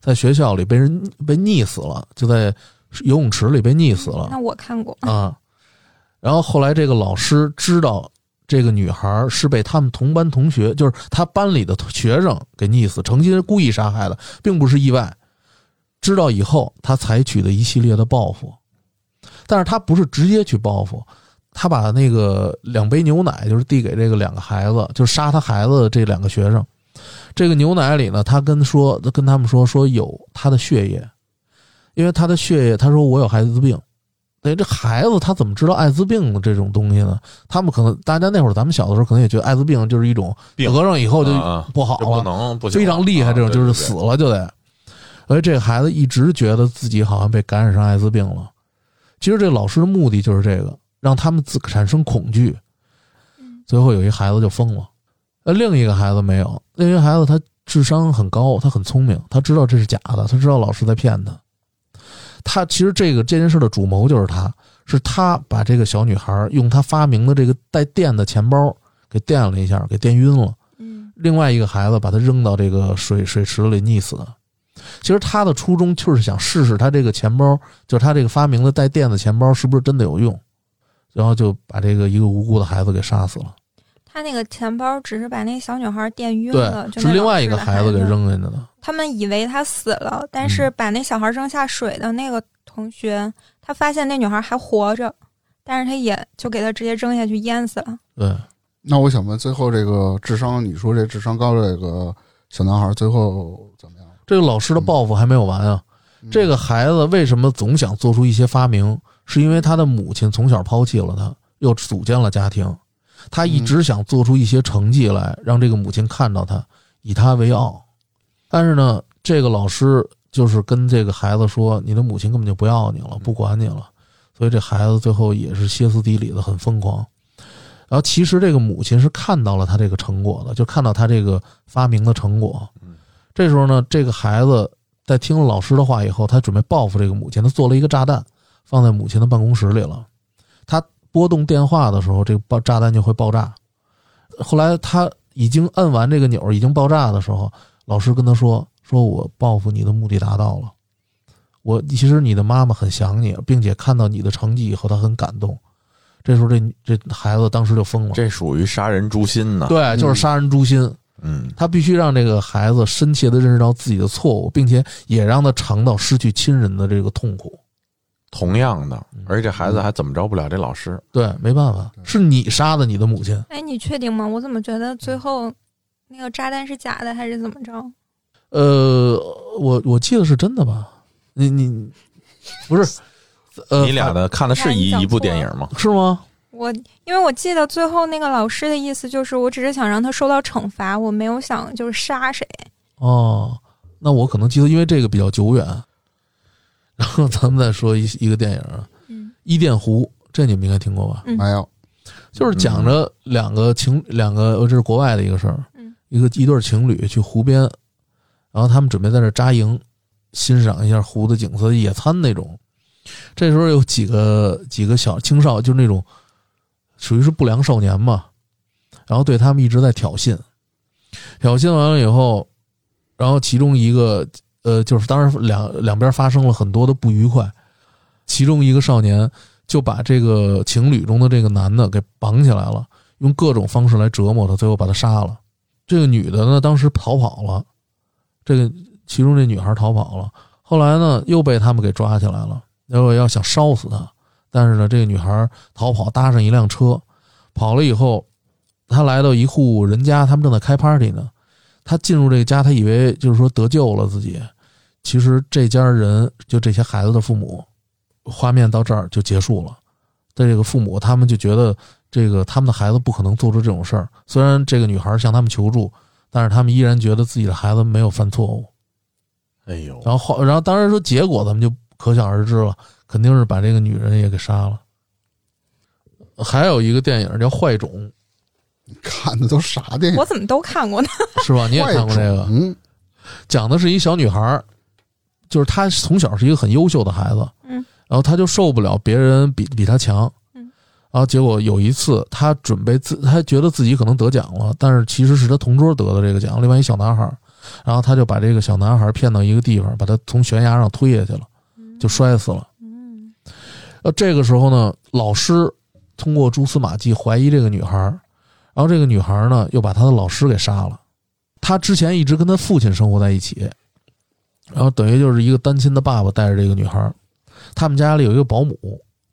Speaker 3: 在学校里被人被溺死了，就在游泳池里被溺死了
Speaker 2: 嗯那我看过，
Speaker 3: 啊。然后后来这个老师知道这个女孩是被他们同班同学，就是他班里的学生给溺死，成心故意杀害的，并不是意外。知道以后，他采取的一系列的报复，但是他不是直接去报复，他把那个两杯牛奶就是递给这个两个孩子，就是杀他孩子的这两个学生。这个牛奶里呢，他跟说跟他们说说有他的血液，因为他的血液，他说我有艾滋病。对，这孩子他怎么知道艾滋病的这种东西呢？他们可能大家那会儿咱们小的时候可能也觉得艾滋病就是一种
Speaker 4: 病
Speaker 3: 得上以后就
Speaker 4: 嗯嗯
Speaker 3: 不好
Speaker 4: 就
Speaker 3: 了
Speaker 4: 不，能不行
Speaker 3: 非常厉害，
Speaker 4: 啊
Speaker 3: 这种
Speaker 4: 对
Speaker 3: 就是
Speaker 4: 对
Speaker 3: 死了就得。而这个孩子一直觉得自己好像被感染上艾滋病了。其实这老师的目的就是这个，让他们自产生恐惧。最后有一孩子就疯了，呃，另一个孩子没有，另一个孩子他智商很高，他很聪明，他知道这是假的，他知道老师在骗他，他其实这个这件事的主谋就是他，是他把这个小女孩用他发明的这个带电的钱包给电了一下，给电晕了。
Speaker 2: 嗯
Speaker 3: 另外一个孩子把他扔到这个水水池里溺死的。其实他的初衷就是想试试他这个钱包，就是他这个发明的带电的钱包是不是真的有用，然后就把这个一个无辜的孩子给杀死了。
Speaker 2: 他那个钱包只是把那个小女孩电晕了，
Speaker 3: 对，
Speaker 2: 就是那
Speaker 3: 另外一个
Speaker 2: 老师的孩
Speaker 3: 孩子给。扔进去的。
Speaker 2: 他们以为他死了，但是把那小孩扔下水的那个同学，他发现那女孩还活着，但是他也就给他直接扔下去淹死了。
Speaker 3: 对，
Speaker 1: 那我想问，最后这个智商，你说这智商高的这个小男孩最后怎么样？
Speaker 3: 这个老师的报复还没有完啊！
Speaker 1: 嗯
Speaker 3: 这个孩子为什么总想做出一些发明？是因为他的母亲从小抛弃了他，又组建了家庭，他一直想做出一些成绩来，让这个母亲看到他，以他为傲。但是呢，这个老师就是跟这个孩子说：“你的母亲根本就不要你了，不管你了。”所以这孩子最后也是歇斯底里的，很疯狂。然后其实这个母亲是看到了他这个成果的，就看到他这个发明的成果。这时候呢，这个孩子在听了老师的话以后，他准备报复这个母亲，他做了一个炸弹，放在母亲的办公室里了。他拨动电话的时候，这个爆炸弹就会爆炸。后来他已经摁完这个钮儿，已经爆炸的时候，老师跟他说：“说我报复你的目的达到了，我其实你的妈妈很想你，并且看到你的成绩以后，她很感动。”这时候这这孩子当时就疯了，
Speaker 4: 这属于杀人诛心呐。
Speaker 3: 对，就是杀人诛心。
Speaker 4: 嗯，
Speaker 3: 他必须让这个孩子深切地认识到自己的错误，并且也让他尝到失去亲人的这个痛苦。
Speaker 4: 同样的，
Speaker 3: 嗯
Speaker 4: 而且这孩子还怎么着不了这老师，
Speaker 3: 对，没办法，
Speaker 4: 嗯
Speaker 3: 是你杀的你的母亲。
Speaker 2: 哎，你确定吗？我怎么觉得最后那个炸弹是假的，还是怎么着？
Speaker 4: 嗯
Speaker 3: 呃，我我记得是真的吧？你你不是？呃，
Speaker 4: 你俩的看的是一
Speaker 2: 那你讲错了
Speaker 4: 一部电影吗？
Speaker 3: 是吗？
Speaker 2: 我因为我记得最后那个老师的意思就是，我只是想让他受到惩罚，我没有想就是杀谁。
Speaker 3: 哦，那我可能记得，因为这个比较久远。然后咱们再说一一个电影啊，
Speaker 2: 嗯
Speaker 3: 《伊甸湖》，这你们应该听过吧？
Speaker 2: 嗯
Speaker 1: 没有，
Speaker 3: 就是讲着两个情两个，呃这是国外的一个事儿，
Speaker 2: 嗯
Speaker 3: 一个一对情侣去湖边，然后他们准备在这扎营，欣赏一下湖的景色，野餐那种。这时候有几个几个小青少，就是那种属于是不良少年嘛，然后对他们一直在挑衅，挑衅完了以后，然后其中一个呃，就是当时两两边发生了很多的不愉快，其中一个少年就把这个情侣中的这个男的给绑起来了，用各种方式来折磨他，最后把他杀了。这个女的呢，当时逃跑了，这个其中这女孩逃跑了，后来呢又被他们给抓起来了，然后要想烧死她，但是呢，这个女孩逃跑搭上一辆车，跑了以后，她来到一户人家，他们正在开 party 呢，她进入这个家，她以为就是说得救了自己，其实这家人就这些孩子的父母，画面到这儿就结束了。但这个父母他们就觉得这个他们的孩子不可能做出这种事儿，虽然这个女孩向他们求助，但是他们依然觉得自己的孩子没有犯错误。
Speaker 4: 哎呦
Speaker 3: 然后后，然后当然说结果咱们就可想而知了，肯定是把这个女人也给杀了。还有一个电影叫《坏种
Speaker 1: 看的都啥电影
Speaker 2: 我？怎么都看过呢？》，
Speaker 3: 是吧？你也
Speaker 1: 坏
Speaker 3: 看过这个？
Speaker 1: 种嗯
Speaker 3: 讲的是一小女孩儿，就是她从小是一个很优秀的孩子，
Speaker 2: 嗯，
Speaker 3: 然后她就受不了别人比比她强，
Speaker 2: 嗯，
Speaker 3: 然后结果有一次她准备自，她觉得自己可能得奖了，但是其实是她同桌得的这个奖，另外一小男孩儿，然后她就把这个小男孩儿骗到一个地方，把他从悬崖上推下去了，就摔死了。
Speaker 2: 嗯
Speaker 3: 呃，这个时候呢，老师通过蛛丝马迹怀疑这个女孩儿，然后这个女孩儿呢又把她的老师给杀了。她之前一直跟她父亲生活在一起，然后等于就是一个单亲的爸爸带着这个女孩儿，他们家里有一个保姆，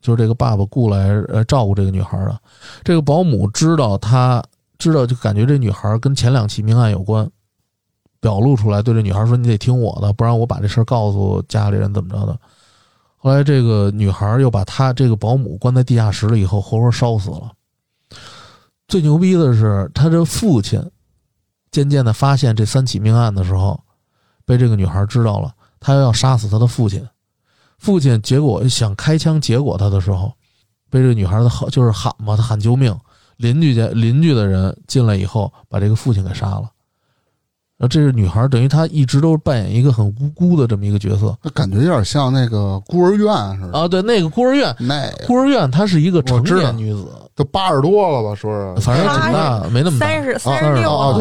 Speaker 3: 就是这个爸爸雇来呃照顾这个女孩儿的。这个保姆知道她知道，就感觉这女孩儿跟前两起命案有关。表露出来，对这女孩儿说：“你得听我的，不然我把这事儿告诉家里人怎么着的。”后来这个女孩又把她这个保姆关在地下室了以后，活活烧死了。最牛逼的是，她这父亲渐渐的发现这三起命案的时候，被这个女孩知道了，她要杀死她的父亲。父亲结果呃想开枪结果她的时候，被这个女孩的喊就是喊嘛，她喊救命。邻居家邻居的人进来以后，把这个父亲给杀了。然后呃这个女孩等于她一直都是扮演一个很无辜的这么一个角色
Speaker 1: 那感觉有点像那个孤儿院似的。
Speaker 3: 啊。对，那个孤儿院，
Speaker 1: 那
Speaker 3: 孤儿院她是一个
Speaker 1: 我
Speaker 3: 成
Speaker 1: 知道
Speaker 3: 年女子，
Speaker 1: 都八十多了吧？说是
Speaker 3: 反正挺大的，没那么大
Speaker 2: 三。十三十
Speaker 3: 啊
Speaker 2: 六
Speaker 1: 啊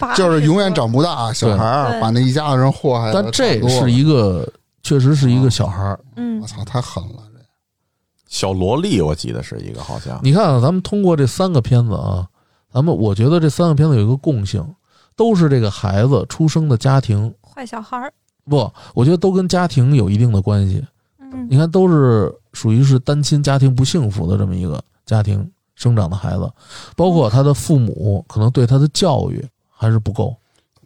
Speaker 2: 啊，
Speaker 1: 就是永远长不大，小孩
Speaker 2: 对
Speaker 1: 儿
Speaker 2: 对
Speaker 1: 把那一家子人祸害得
Speaker 3: 但
Speaker 1: 差不
Speaker 3: 这
Speaker 1: 多了。
Speaker 3: 是一个，确实是一个小孩儿。
Speaker 2: 嗯
Speaker 1: 我，操，太狠了！
Speaker 4: 小萝莉，我记得是一个，好像
Speaker 3: 你看啊，咱们通过这三个片子啊，咱们我觉得这三个片子有一个共性，都是这个孩子出生的家庭
Speaker 2: 坏小孩儿，
Speaker 3: 不，我觉得都跟家庭有一定的关系。
Speaker 2: 嗯
Speaker 3: 你看，都是属于是单亲家庭不幸福的这么一个家庭生长的孩子，包括他的父母可能对他的教育还是不够。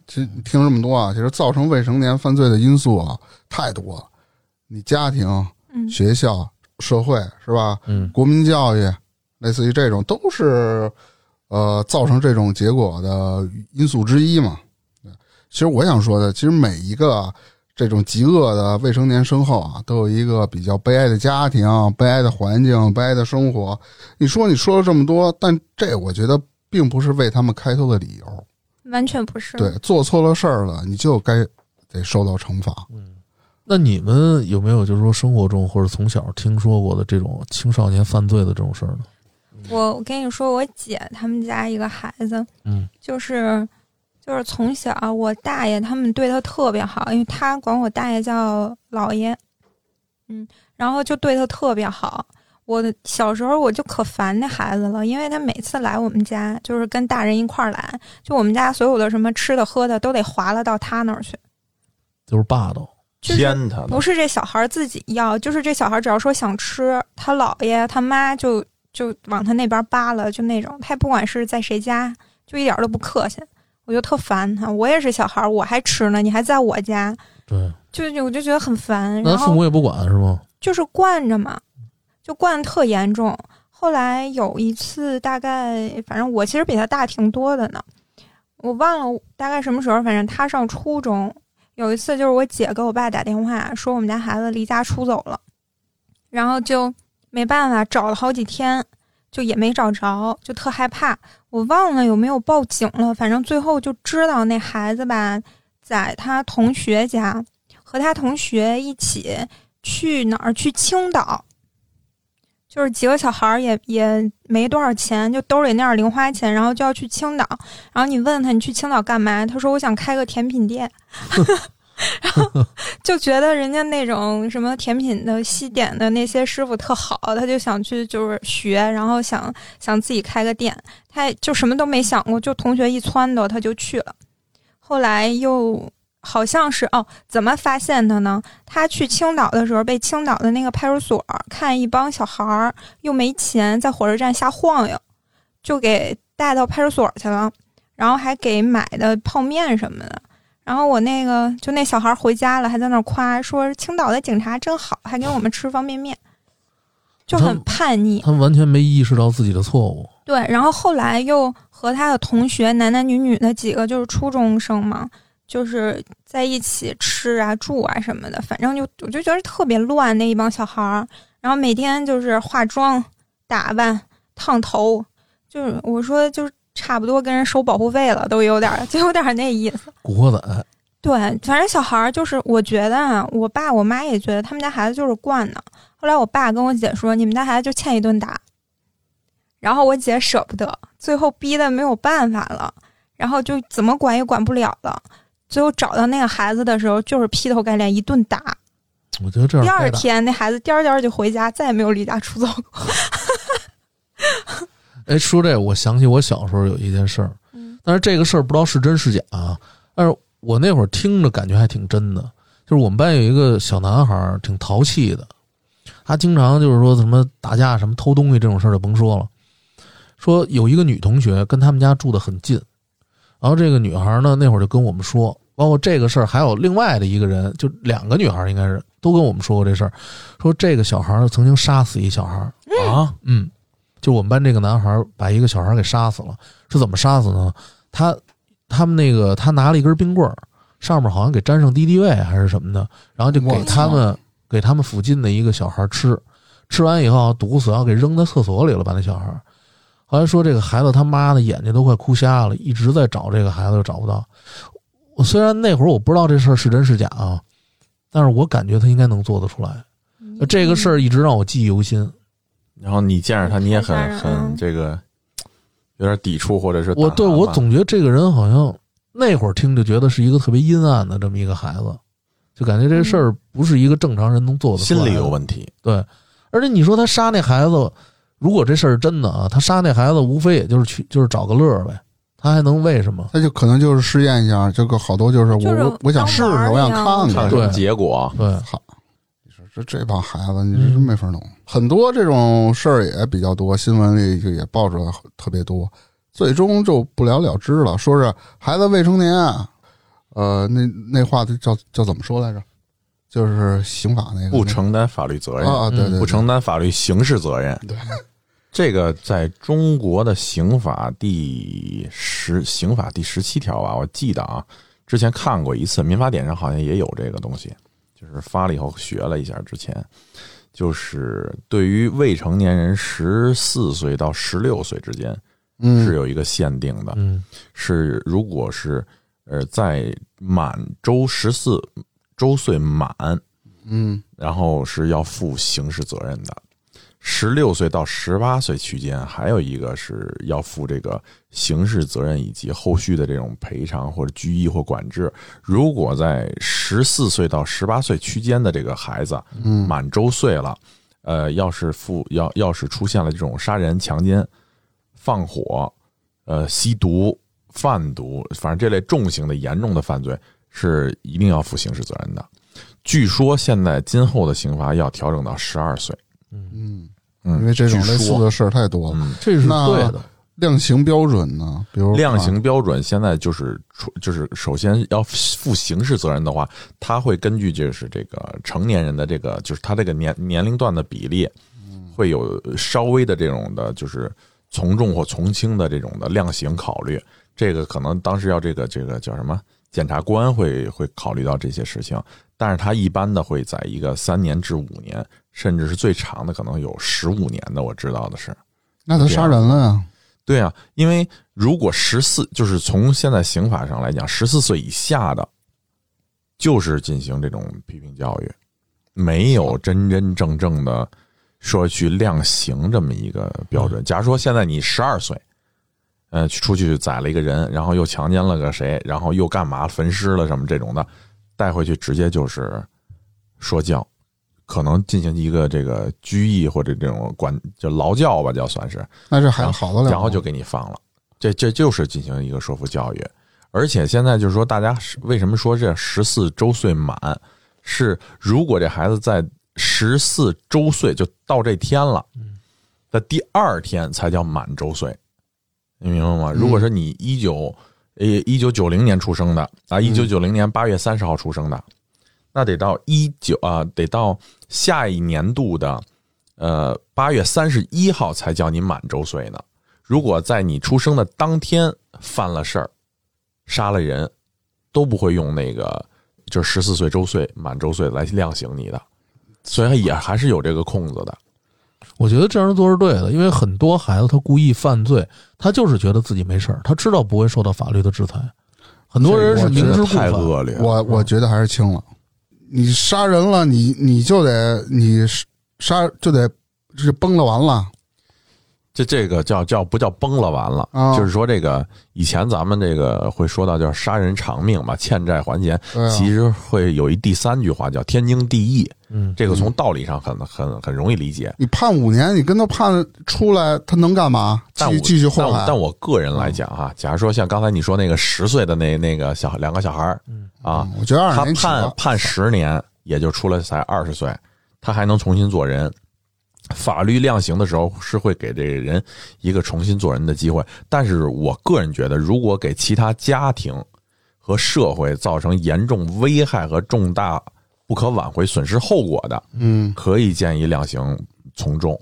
Speaker 1: 其实听这么多啊，其实造成未成年犯罪的因素啊太多了，你家庭、
Speaker 2: 嗯，
Speaker 1: 学校、社会是吧？
Speaker 3: 嗯，
Speaker 1: 国民教育，类似于这种都是呃造成这种结果的因素之一嘛。其实我想说的，其实每一个啊这种极恶的未成年身后啊，都有一个比较悲哀的家庭、悲哀的环境、悲哀的生活。你说你说了这么多，但这我觉得并不是为他们开脱的理由。
Speaker 2: 完全不是。
Speaker 1: 对，做错了事儿了，你就该得受到惩罚。
Speaker 3: 那你们有没有就是说生活中或者从小听说过的这种青少年犯罪的这种事儿呢？
Speaker 2: 我我跟你说，我姐他们家一个孩子，
Speaker 3: 嗯
Speaker 2: 就是就是从小我大爷他们对他特别好，因为他管我大爷叫姥爷，嗯，然后就对他特别好。我的小时候我就可烦那孩子了，因为他每次来我们家，就是跟大人一块儿来，就我们家所有的什么吃的喝的都得划拉到他那儿去，
Speaker 3: 就是霸道。
Speaker 2: 就是
Speaker 4: 偏他
Speaker 2: 不是这小孩儿自己要，就是这小孩儿只要说想吃，他姥爷他妈就就往他那边扒拉，就那种。他也不管是在谁家，就一点儿都不客气。我就特烦他，我也是小孩儿，我还吃呢，你还在我家，
Speaker 3: 对，
Speaker 2: 就我就觉得很烦。
Speaker 3: 那
Speaker 2: 然
Speaker 3: 父
Speaker 2: 后
Speaker 3: 母也不管是吗？
Speaker 2: 就是惯着嘛，就惯得特严重。后来有一次，大概反正我其实比他大挺多的呢，我忘了大概什么时候，反正他上初中。有一次就是我姐给我爸打电话说我们家孩子离家出走了，然后就没办法找了好几天，就也没找着，就特害怕。我忘了有没有报警了，反正最后就知道那孩子吧，在他同学家和他同学一起去哪儿？去青岛，就是几个小孩儿也也没多少钱，就兜里那点儿零花钱，然后就要去青岛。然后你问他你去青岛干嘛？他说我想开个甜品店， 然后就觉得人家那种什么甜品的西点的那些师傅特好，他就想去就是学，然后想想自己开个店，他也就什么都没想过，就同学一撺掇他就去了。后来又好像是哦，怎么发现的呢？他去青岛的时候，被青岛的那个派出所看一帮小孩儿又没钱，在火车站瞎晃悠，就给带到派出所去了，然后还给买的泡面什么的。然后我那个就那小孩儿回家了，还在那儿夸说青岛的警察真好，还给我们吃方便面，就
Speaker 3: 他
Speaker 2: 很
Speaker 3: 们
Speaker 2: 叛逆。
Speaker 3: 他们完全没意识到自己的错误。
Speaker 2: 对，然后后来又和他的同学男男女女的几个就是初中生嘛，就是在一起吃啊、住啊什么的，反正就我就觉得特别乱那一帮小孩儿，然后每天就是化妆、打扮、烫头，就是我说就是差不多跟人收保护费了，都有点儿就有点儿那意思。
Speaker 3: 古惑仔，
Speaker 2: 对，反正小孩儿就是，我觉得啊，我爸我妈也觉得他们家孩子就是惯的。后来我爸跟我姐说，你们家孩子就欠一顿打，然后我姐舍不得，最后逼得没有办法了，然后就怎么管也管不了了。最后找到那个孩子的时候，就是劈头盖脸一顿打。
Speaker 3: 我觉得这样
Speaker 2: 第
Speaker 3: 嗯该
Speaker 2: 二
Speaker 3: 打。
Speaker 2: 天，那孩子颠儿颠儿就回家，再也没有离家出走过。
Speaker 3: 哎，说这个我想起我小时候有一件事儿，
Speaker 2: 嗯
Speaker 3: 但是这个事儿不知道是真是假啊。但是我那会儿听着感觉还挺真的，就是我们班有一个小男孩儿挺淘气的，他经常就是说什么打架、什么偷东西这种事儿就甭说了。说有一个女同学跟他们家住的很近，然后这个女孩儿呢那会儿就跟我们说，包括这个事儿，还有另外的一个人，就两个女孩儿应该是都跟我们说过这事儿，说这个小孩儿曾经杀死一小孩儿，
Speaker 4: 啊，
Speaker 3: 嗯，就我们班这个男孩儿把一个小孩儿给杀死了，是怎么杀死呢？他他们那个他拿了一根冰棍儿，上面好像给粘上敌敌畏还是什么的，然后就给
Speaker 1: 我
Speaker 3: 他
Speaker 1: 操
Speaker 3: 们给他们附近的一个小孩儿吃，吃完以后啊毒死，然后给扔到厕所里了，把那小孩儿。后来说这个孩子他妈的眼睛都快哭瞎了，一直在找这个孩子找不到。我虽然那会儿我不知道这事儿是真是假啊，但是我感觉他应该能做得出来。呃这个事
Speaker 2: 儿，
Speaker 3: 儿一直让我记忆犹新。
Speaker 4: 然后你见着他，你也
Speaker 2: 太吓
Speaker 4: 很
Speaker 2: 人啊
Speaker 4: 很
Speaker 2: 了
Speaker 4: 这个有点抵触，或者是
Speaker 3: 我
Speaker 4: 胆
Speaker 3: 对
Speaker 4: 寒
Speaker 3: 我
Speaker 4: 吧
Speaker 3: 总觉得这个人好像那会儿听着觉得是一个特别阴暗的这么一个孩子，就感觉这事儿不是一个正常人能做得出来
Speaker 4: 心
Speaker 3: 的。
Speaker 4: 理有问题，
Speaker 3: 对，而且你说他杀那孩子，如果这事儿是真的啊，他杀那孩子无非也就是去就是找个乐儿呗，他还能为什么？
Speaker 1: 他就可能就是试验一下，这个好多就是我
Speaker 2: 就是
Speaker 1: 我我想试试，
Speaker 2: 当玩儿一样
Speaker 1: 我想看
Speaker 4: 看
Speaker 1: 看
Speaker 4: 看。什么结果。啊
Speaker 3: 对，
Speaker 1: 操！你说这这帮孩子，你这真没法弄。很多这种事儿也比较多，新闻里就也报出来特别多，最终就不了了之了。说是孩子未成年，啊呃，那那话就叫叫怎么说来着？就是刑法那个
Speaker 4: 不承担法律责任，
Speaker 1: 啊，对对对，
Speaker 4: 不承担法律刑事责任。
Speaker 1: 对，
Speaker 4: 这个在中国的刑法第十刑法第十七条吧，我记得啊，之前看过一次，民法典上好像也有这个东西，就是发了以后学了一下。之前就是对于未成年人十四岁到十六岁之间
Speaker 1: 嗯
Speaker 4: 是有一个限定的，
Speaker 3: 嗯，
Speaker 4: 是如果是呃在满周十四周岁满
Speaker 1: 嗯
Speaker 4: 然后是要负刑事责任的。十六岁到十八岁区间，还有一个是要负这个刑事责任以及后续的这种赔偿或者拘役或管制。如果在十四岁到十八岁区间的这个孩子啊
Speaker 1: 嗯
Speaker 4: 满周岁了，呃，要是负要要是出现了这种杀人、强奸、放火、呃吸毒、贩毒，反正这类重型的严重的犯罪是一定要负刑事责任的。据说现在今后的刑罚要调整到十二岁，
Speaker 1: 嗯，
Speaker 4: 嗯，
Speaker 1: 因为这种
Speaker 4: 据
Speaker 1: 类似
Speaker 4: 说
Speaker 1: 的事儿太多了。
Speaker 4: 嗯，
Speaker 3: 这是
Speaker 1: 那
Speaker 3: 对的。
Speaker 1: 量刑标准呢？比如啊
Speaker 4: 量刑标准现在就是出就是首先要负刑事责任的话，他会根据就是这个成年人的这个就是他这个年年龄段的比例，会有稍微的这种的就是从重或从轻的这种的量刑考虑。这个可能当时要这个这个叫什么检察官会会考虑到这些事情，但是他一般的会在一个三年至五年，甚至是最长的可能有十五年的，我知道的是。
Speaker 1: 那他杀人了呀？
Speaker 4: 对啊，因为如果十四，就是从现在刑法上来讲，十四岁以下的，就是进行这种批评教育，没有真真正正的说去量刑这么一个标准。假如说现在你十二岁，呃，去出去宰了一个人，然后又强奸了个谁，然后又干嘛焚尸了什么这种的，带回去直接就是说教。可能进行一个这个拘役或者这种管就劳教吧，叫算是，
Speaker 1: 那这孩子好得了吗？
Speaker 4: 然后就给你放了。这这就是进行一个说服教育，而且现在就是说，大家是为什么说这十四周岁满是如果这孩子在十四周岁就到这天了，的第二天才叫满周岁，你明白吗？如果说你一九呃一九九零年出生的啊，一九九零年八月三十号出生的，那得到一九啊，得到下一年度的呃八月三十一号才叫你满周岁呢。如果在你出生的当天犯了事儿，杀了人，都不会用那个就是十四岁周岁满周岁来量刑你的，所以也还是有这个空子的。
Speaker 3: 我觉得这样做是对的，因为很多孩子他故意犯罪，他就是觉得自己没事儿，他知道不会受到法律的制裁。很多人是明知
Speaker 4: 真的
Speaker 3: 故
Speaker 4: 太
Speaker 3: 犯，
Speaker 4: 恶劣了，
Speaker 1: 我我觉得还是轻了。你杀人了，你你就得你杀就得就是崩了完了，
Speaker 4: 这这个叫叫不叫崩了完了？
Speaker 1: 啊
Speaker 4: 就是说这个以前咱们这个会说到叫杀人偿命嘛，欠债还钱，
Speaker 1: 对啊
Speaker 4: 其实会有一第三句话叫天经地义。
Speaker 3: 嗯，
Speaker 4: 这个从道理上很很很容易理解。
Speaker 1: 你判五年，你跟他判出来，他能干嘛？
Speaker 4: 但
Speaker 1: 继
Speaker 4: 我
Speaker 1: 继续啊祸
Speaker 4: 但我
Speaker 1: 害。
Speaker 4: 但我个人来讲哈、假如说像刚才你说那个十岁的那那个小两个小孩儿啊
Speaker 1: 嗯，我觉得二十
Speaker 4: 他
Speaker 1: 年起
Speaker 4: 判
Speaker 1: 了
Speaker 4: 判十年，也就出来才二十岁，他还能重新做人。法律量刑的时候是会给这个人一个重新做人的机会，但是我个人觉得，如果给其他家庭和社会造成严重危害和重大不可挽回损失后果的，
Speaker 1: 嗯，
Speaker 4: 可以建议量刑从重。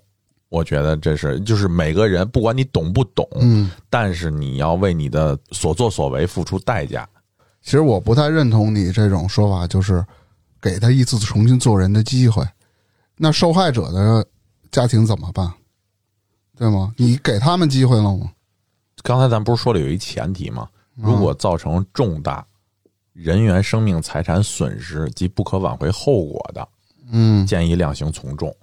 Speaker 4: 我觉得这是就是每个人，不管你懂不懂，
Speaker 1: 嗯，
Speaker 4: 但是你要为你的所作所为付出代价。
Speaker 1: 其实我不太认同你这种说法，就是给他一次重新做人的机会。那受害者的家庭怎么办？对吗？你给他们机会了吗？嗯
Speaker 4: 刚才咱不是说了有一前提吗？如果造成重大人员生命财产损失及不可挽回后果的，
Speaker 1: 嗯
Speaker 4: 建议量刑从重。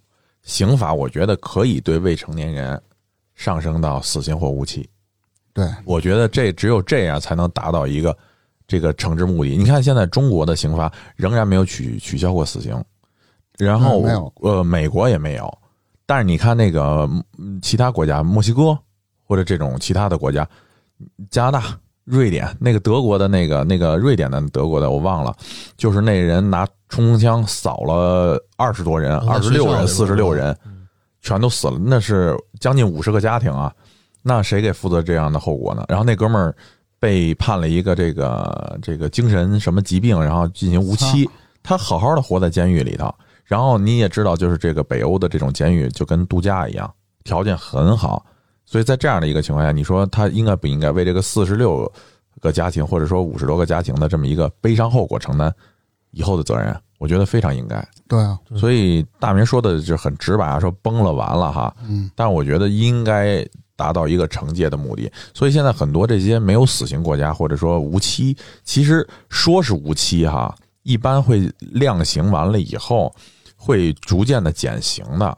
Speaker 4: 刑法我觉得可以对未成年人上升到死刑或无期。
Speaker 1: 对，
Speaker 4: 我觉得这只有这样才能达到一个这个惩治目的。你看现在中国的刑罚仍然没有取取消过死刑，然后、
Speaker 1: 嗯没有
Speaker 4: 呃美国也没有，但是你看那个嗯其他国家，墨西哥或者这种其他的国家，加拿大、瑞典那个德国的那个那个瑞典的德国的我忘了，就是那人拿冲锋枪扫了二十多人，
Speaker 3: 啊
Speaker 4: 二十六人、
Speaker 3: 在学
Speaker 4: 四
Speaker 3: 校
Speaker 4: 十
Speaker 3: 里边哦嗯
Speaker 4: 六人，全都死了，那是将近五十个家庭啊，那谁给负责这样的后果呢？然后那哥们儿被判了一个这个这个精神什么疾病，然后进行无期， 他好好的活在监狱里头。然后你也知道，就是这个北欧的这种监狱就跟度假一样，条件很好，所以在这样的一个情况下，你说他应该不应该为这个四十六个家庭，或者说五十多个家庭的这么一个悲伤后果承担以后的责任？我觉得非常应该。
Speaker 1: 对啊，
Speaker 3: 嗯
Speaker 4: 所以大明说的就很直白啊，说崩了完了哈，
Speaker 1: 嗯，
Speaker 4: 但我觉得应该达到一个惩戒的目的。所以现在很多这些没有死刑国家，或者说无期，其实说是无期哈，一般会量刑完了以后，会逐渐的减刑的，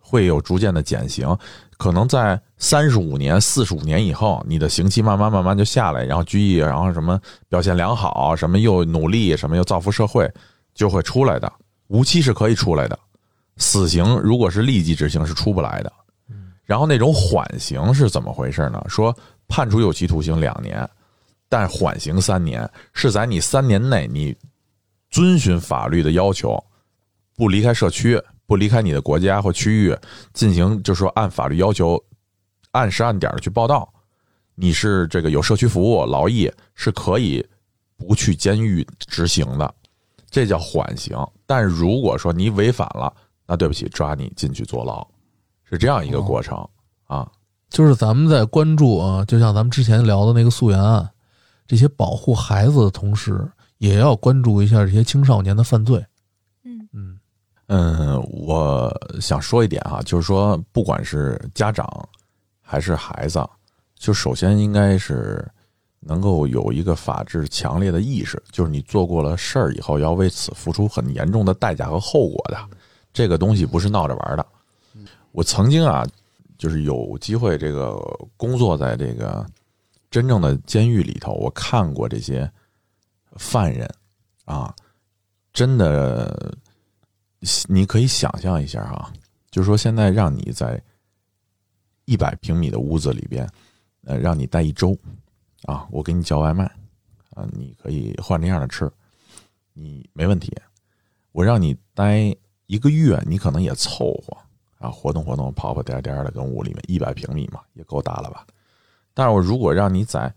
Speaker 4: 会有逐渐的减刑。可能在三十五年、四十五年以后，你的刑期慢慢慢慢就下来，然后拘役，然后什么表现良好，啊什么又努力，什么又造福社会，就会出来的。无期是可以出来的，死刑如果是立即执行是出不来的。然后那种缓刑是怎么回事呢？说判处有期徒刑两年，但缓刑三年，是在你三年内你遵循法律的要求，不离开社区，不离开你的国家或区域，进行就是说按法律要求，按时按点的去报道。你是这个有社区服务、劳役是可以不去监狱执行的，这叫缓刑。但如果说你违反了，那对不起，抓你进去坐牢，是这样一个过程、啊。
Speaker 3: 就是咱们在关注啊，就像咱们之前聊的那个溯源案，这些保护孩子的同时，也要关注一下这些青少年的犯罪。
Speaker 2: 嗯
Speaker 3: 嗯，
Speaker 4: 嗯，我想说一点哈、就是说，不管是家长还是孩子，就首先应该是能够有一个法治强烈的意识，就是你做过了事儿以后，要为此付出很严重的代价和后果的。这个东西不是闹着玩儿的。我曾经啊，就是有机会这个工作在这个真正的监狱里头，我看过这些犯人啊，真的，你可以想象一下哈、就是说现在让你在一百平米的屋子里边，呃，让你待一周啊，我给你叫外卖啊，你可以换着样的吃，你没问题。我让你待一个月，你可能也凑合啊，活动活动，跑跑颠颠的，跟屋里面一百平米嘛，也够大了吧？但是我如果让你在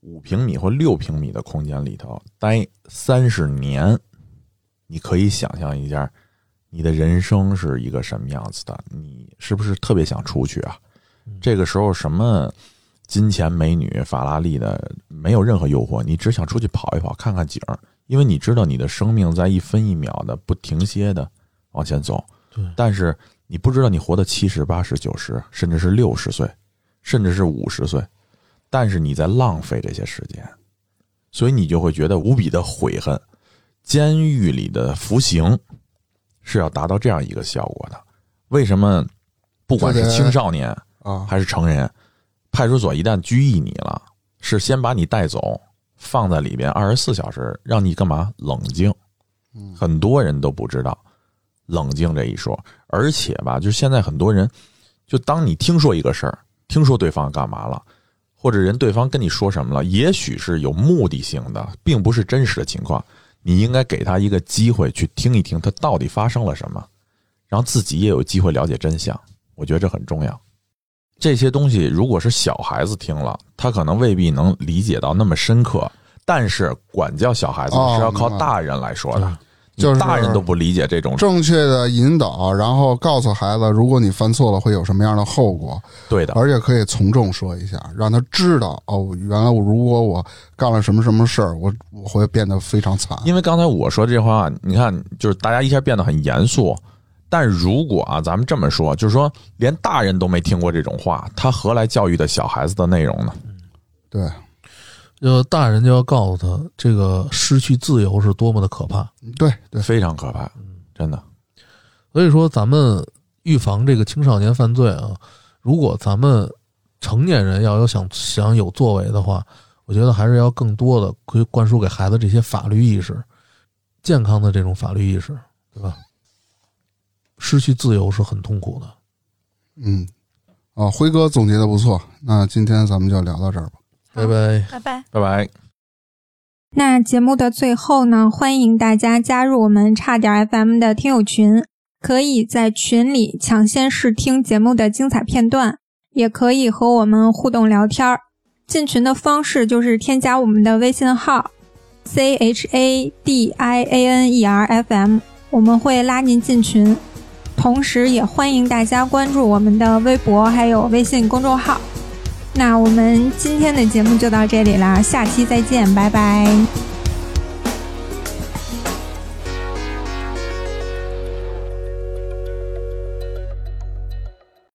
Speaker 4: 五平米或六平米的空间里头待三十年，你可以想象一下，你的人生是一个什么样子的？你是不是特别想出去啊？这个时候，什么金钱、美女、法拉利的没有任何诱惑，你只想出去跑一跑，看看景儿，因为你知道你的生命在一分一秒的不停歇的往前走。
Speaker 3: 对
Speaker 4: 但是你不知道你活到七十、八十、九十，甚至是六十岁，甚至是五十岁，但是你在浪费这些时间，所以你就会觉得无比的悔恨。监狱里的服刑是要达到这样一个效果的。为什么？不管是
Speaker 1: 就得
Speaker 4: 青少年
Speaker 1: 啊，
Speaker 4: 还是成人，派出所一旦拘役你了，是先把你带走，放在里边二十四小时，让你干嘛？冷静。
Speaker 1: 嗯
Speaker 4: 很多人都不知道冷静这一说，而且吧，就是现在很多人，就当你听说一个事儿，听说对方干嘛了，或者人对方跟你说什么了，也许是有目的性的，并不是真实的情况，你应该给他一个机会去听一听他到底发生了什么，然后自己也有机会了解真相。我觉得这很重要。这些东西如果是小孩子听了，他可能未必能理解到那么深刻，但是管教小孩子
Speaker 1: 哦
Speaker 4: 是要靠
Speaker 1: 明白
Speaker 4: 大人来说的。
Speaker 1: 就是
Speaker 4: 大人都不理解这种
Speaker 1: 正确的引导，然后告诉孩子，如果你犯错了会有什么样的后果，
Speaker 4: 对的，
Speaker 1: 而且可以从重说一下，让他知道哦，原来我如果我干了什么什么事儿，我我会变得非常惨。
Speaker 4: 因为刚才我说这话，你看，就是大家一下变得很严肃。但如果啊，咱们这么说，就是说连大人都没听过这种话，他何来教育的小孩子的内容呢？
Speaker 1: 对，
Speaker 3: 就呃大人就要告诉他，这个失去自由是多么的可怕。
Speaker 1: 对对，
Speaker 4: 非常可怕，真的。
Speaker 3: 所以说，咱们预防这个青少年犯罪啊，如果咱们成年人要有想想有作为的话，我觉得还是要更多的可以灌输给孩子这些法律意识，健康的这种法律意识，对吧？失去自由是很痛苦的。
Speaker 1: 嗯，啊，辉哥总结的不错，那今天咱们就聊到这儿吧。
Speaker 3: 拜拜。
Speaker 2: 拜拜。
Speaker 4: 拜拜。
Speaker 2: 那节目的最后呢，欢迎大家加入我们差点 FM 的听友群，可以在群里抢先试听节目的精彩片段，也可以和我们互动聊天儿。进群的方式就是添加我们的微信号 c h a d i a n e r f m，我们会拉您进群。同时，也欢迎大家关注我们的微博还有微信公众号。那我们今天的节目就到这里啦，下期再见，拜拜。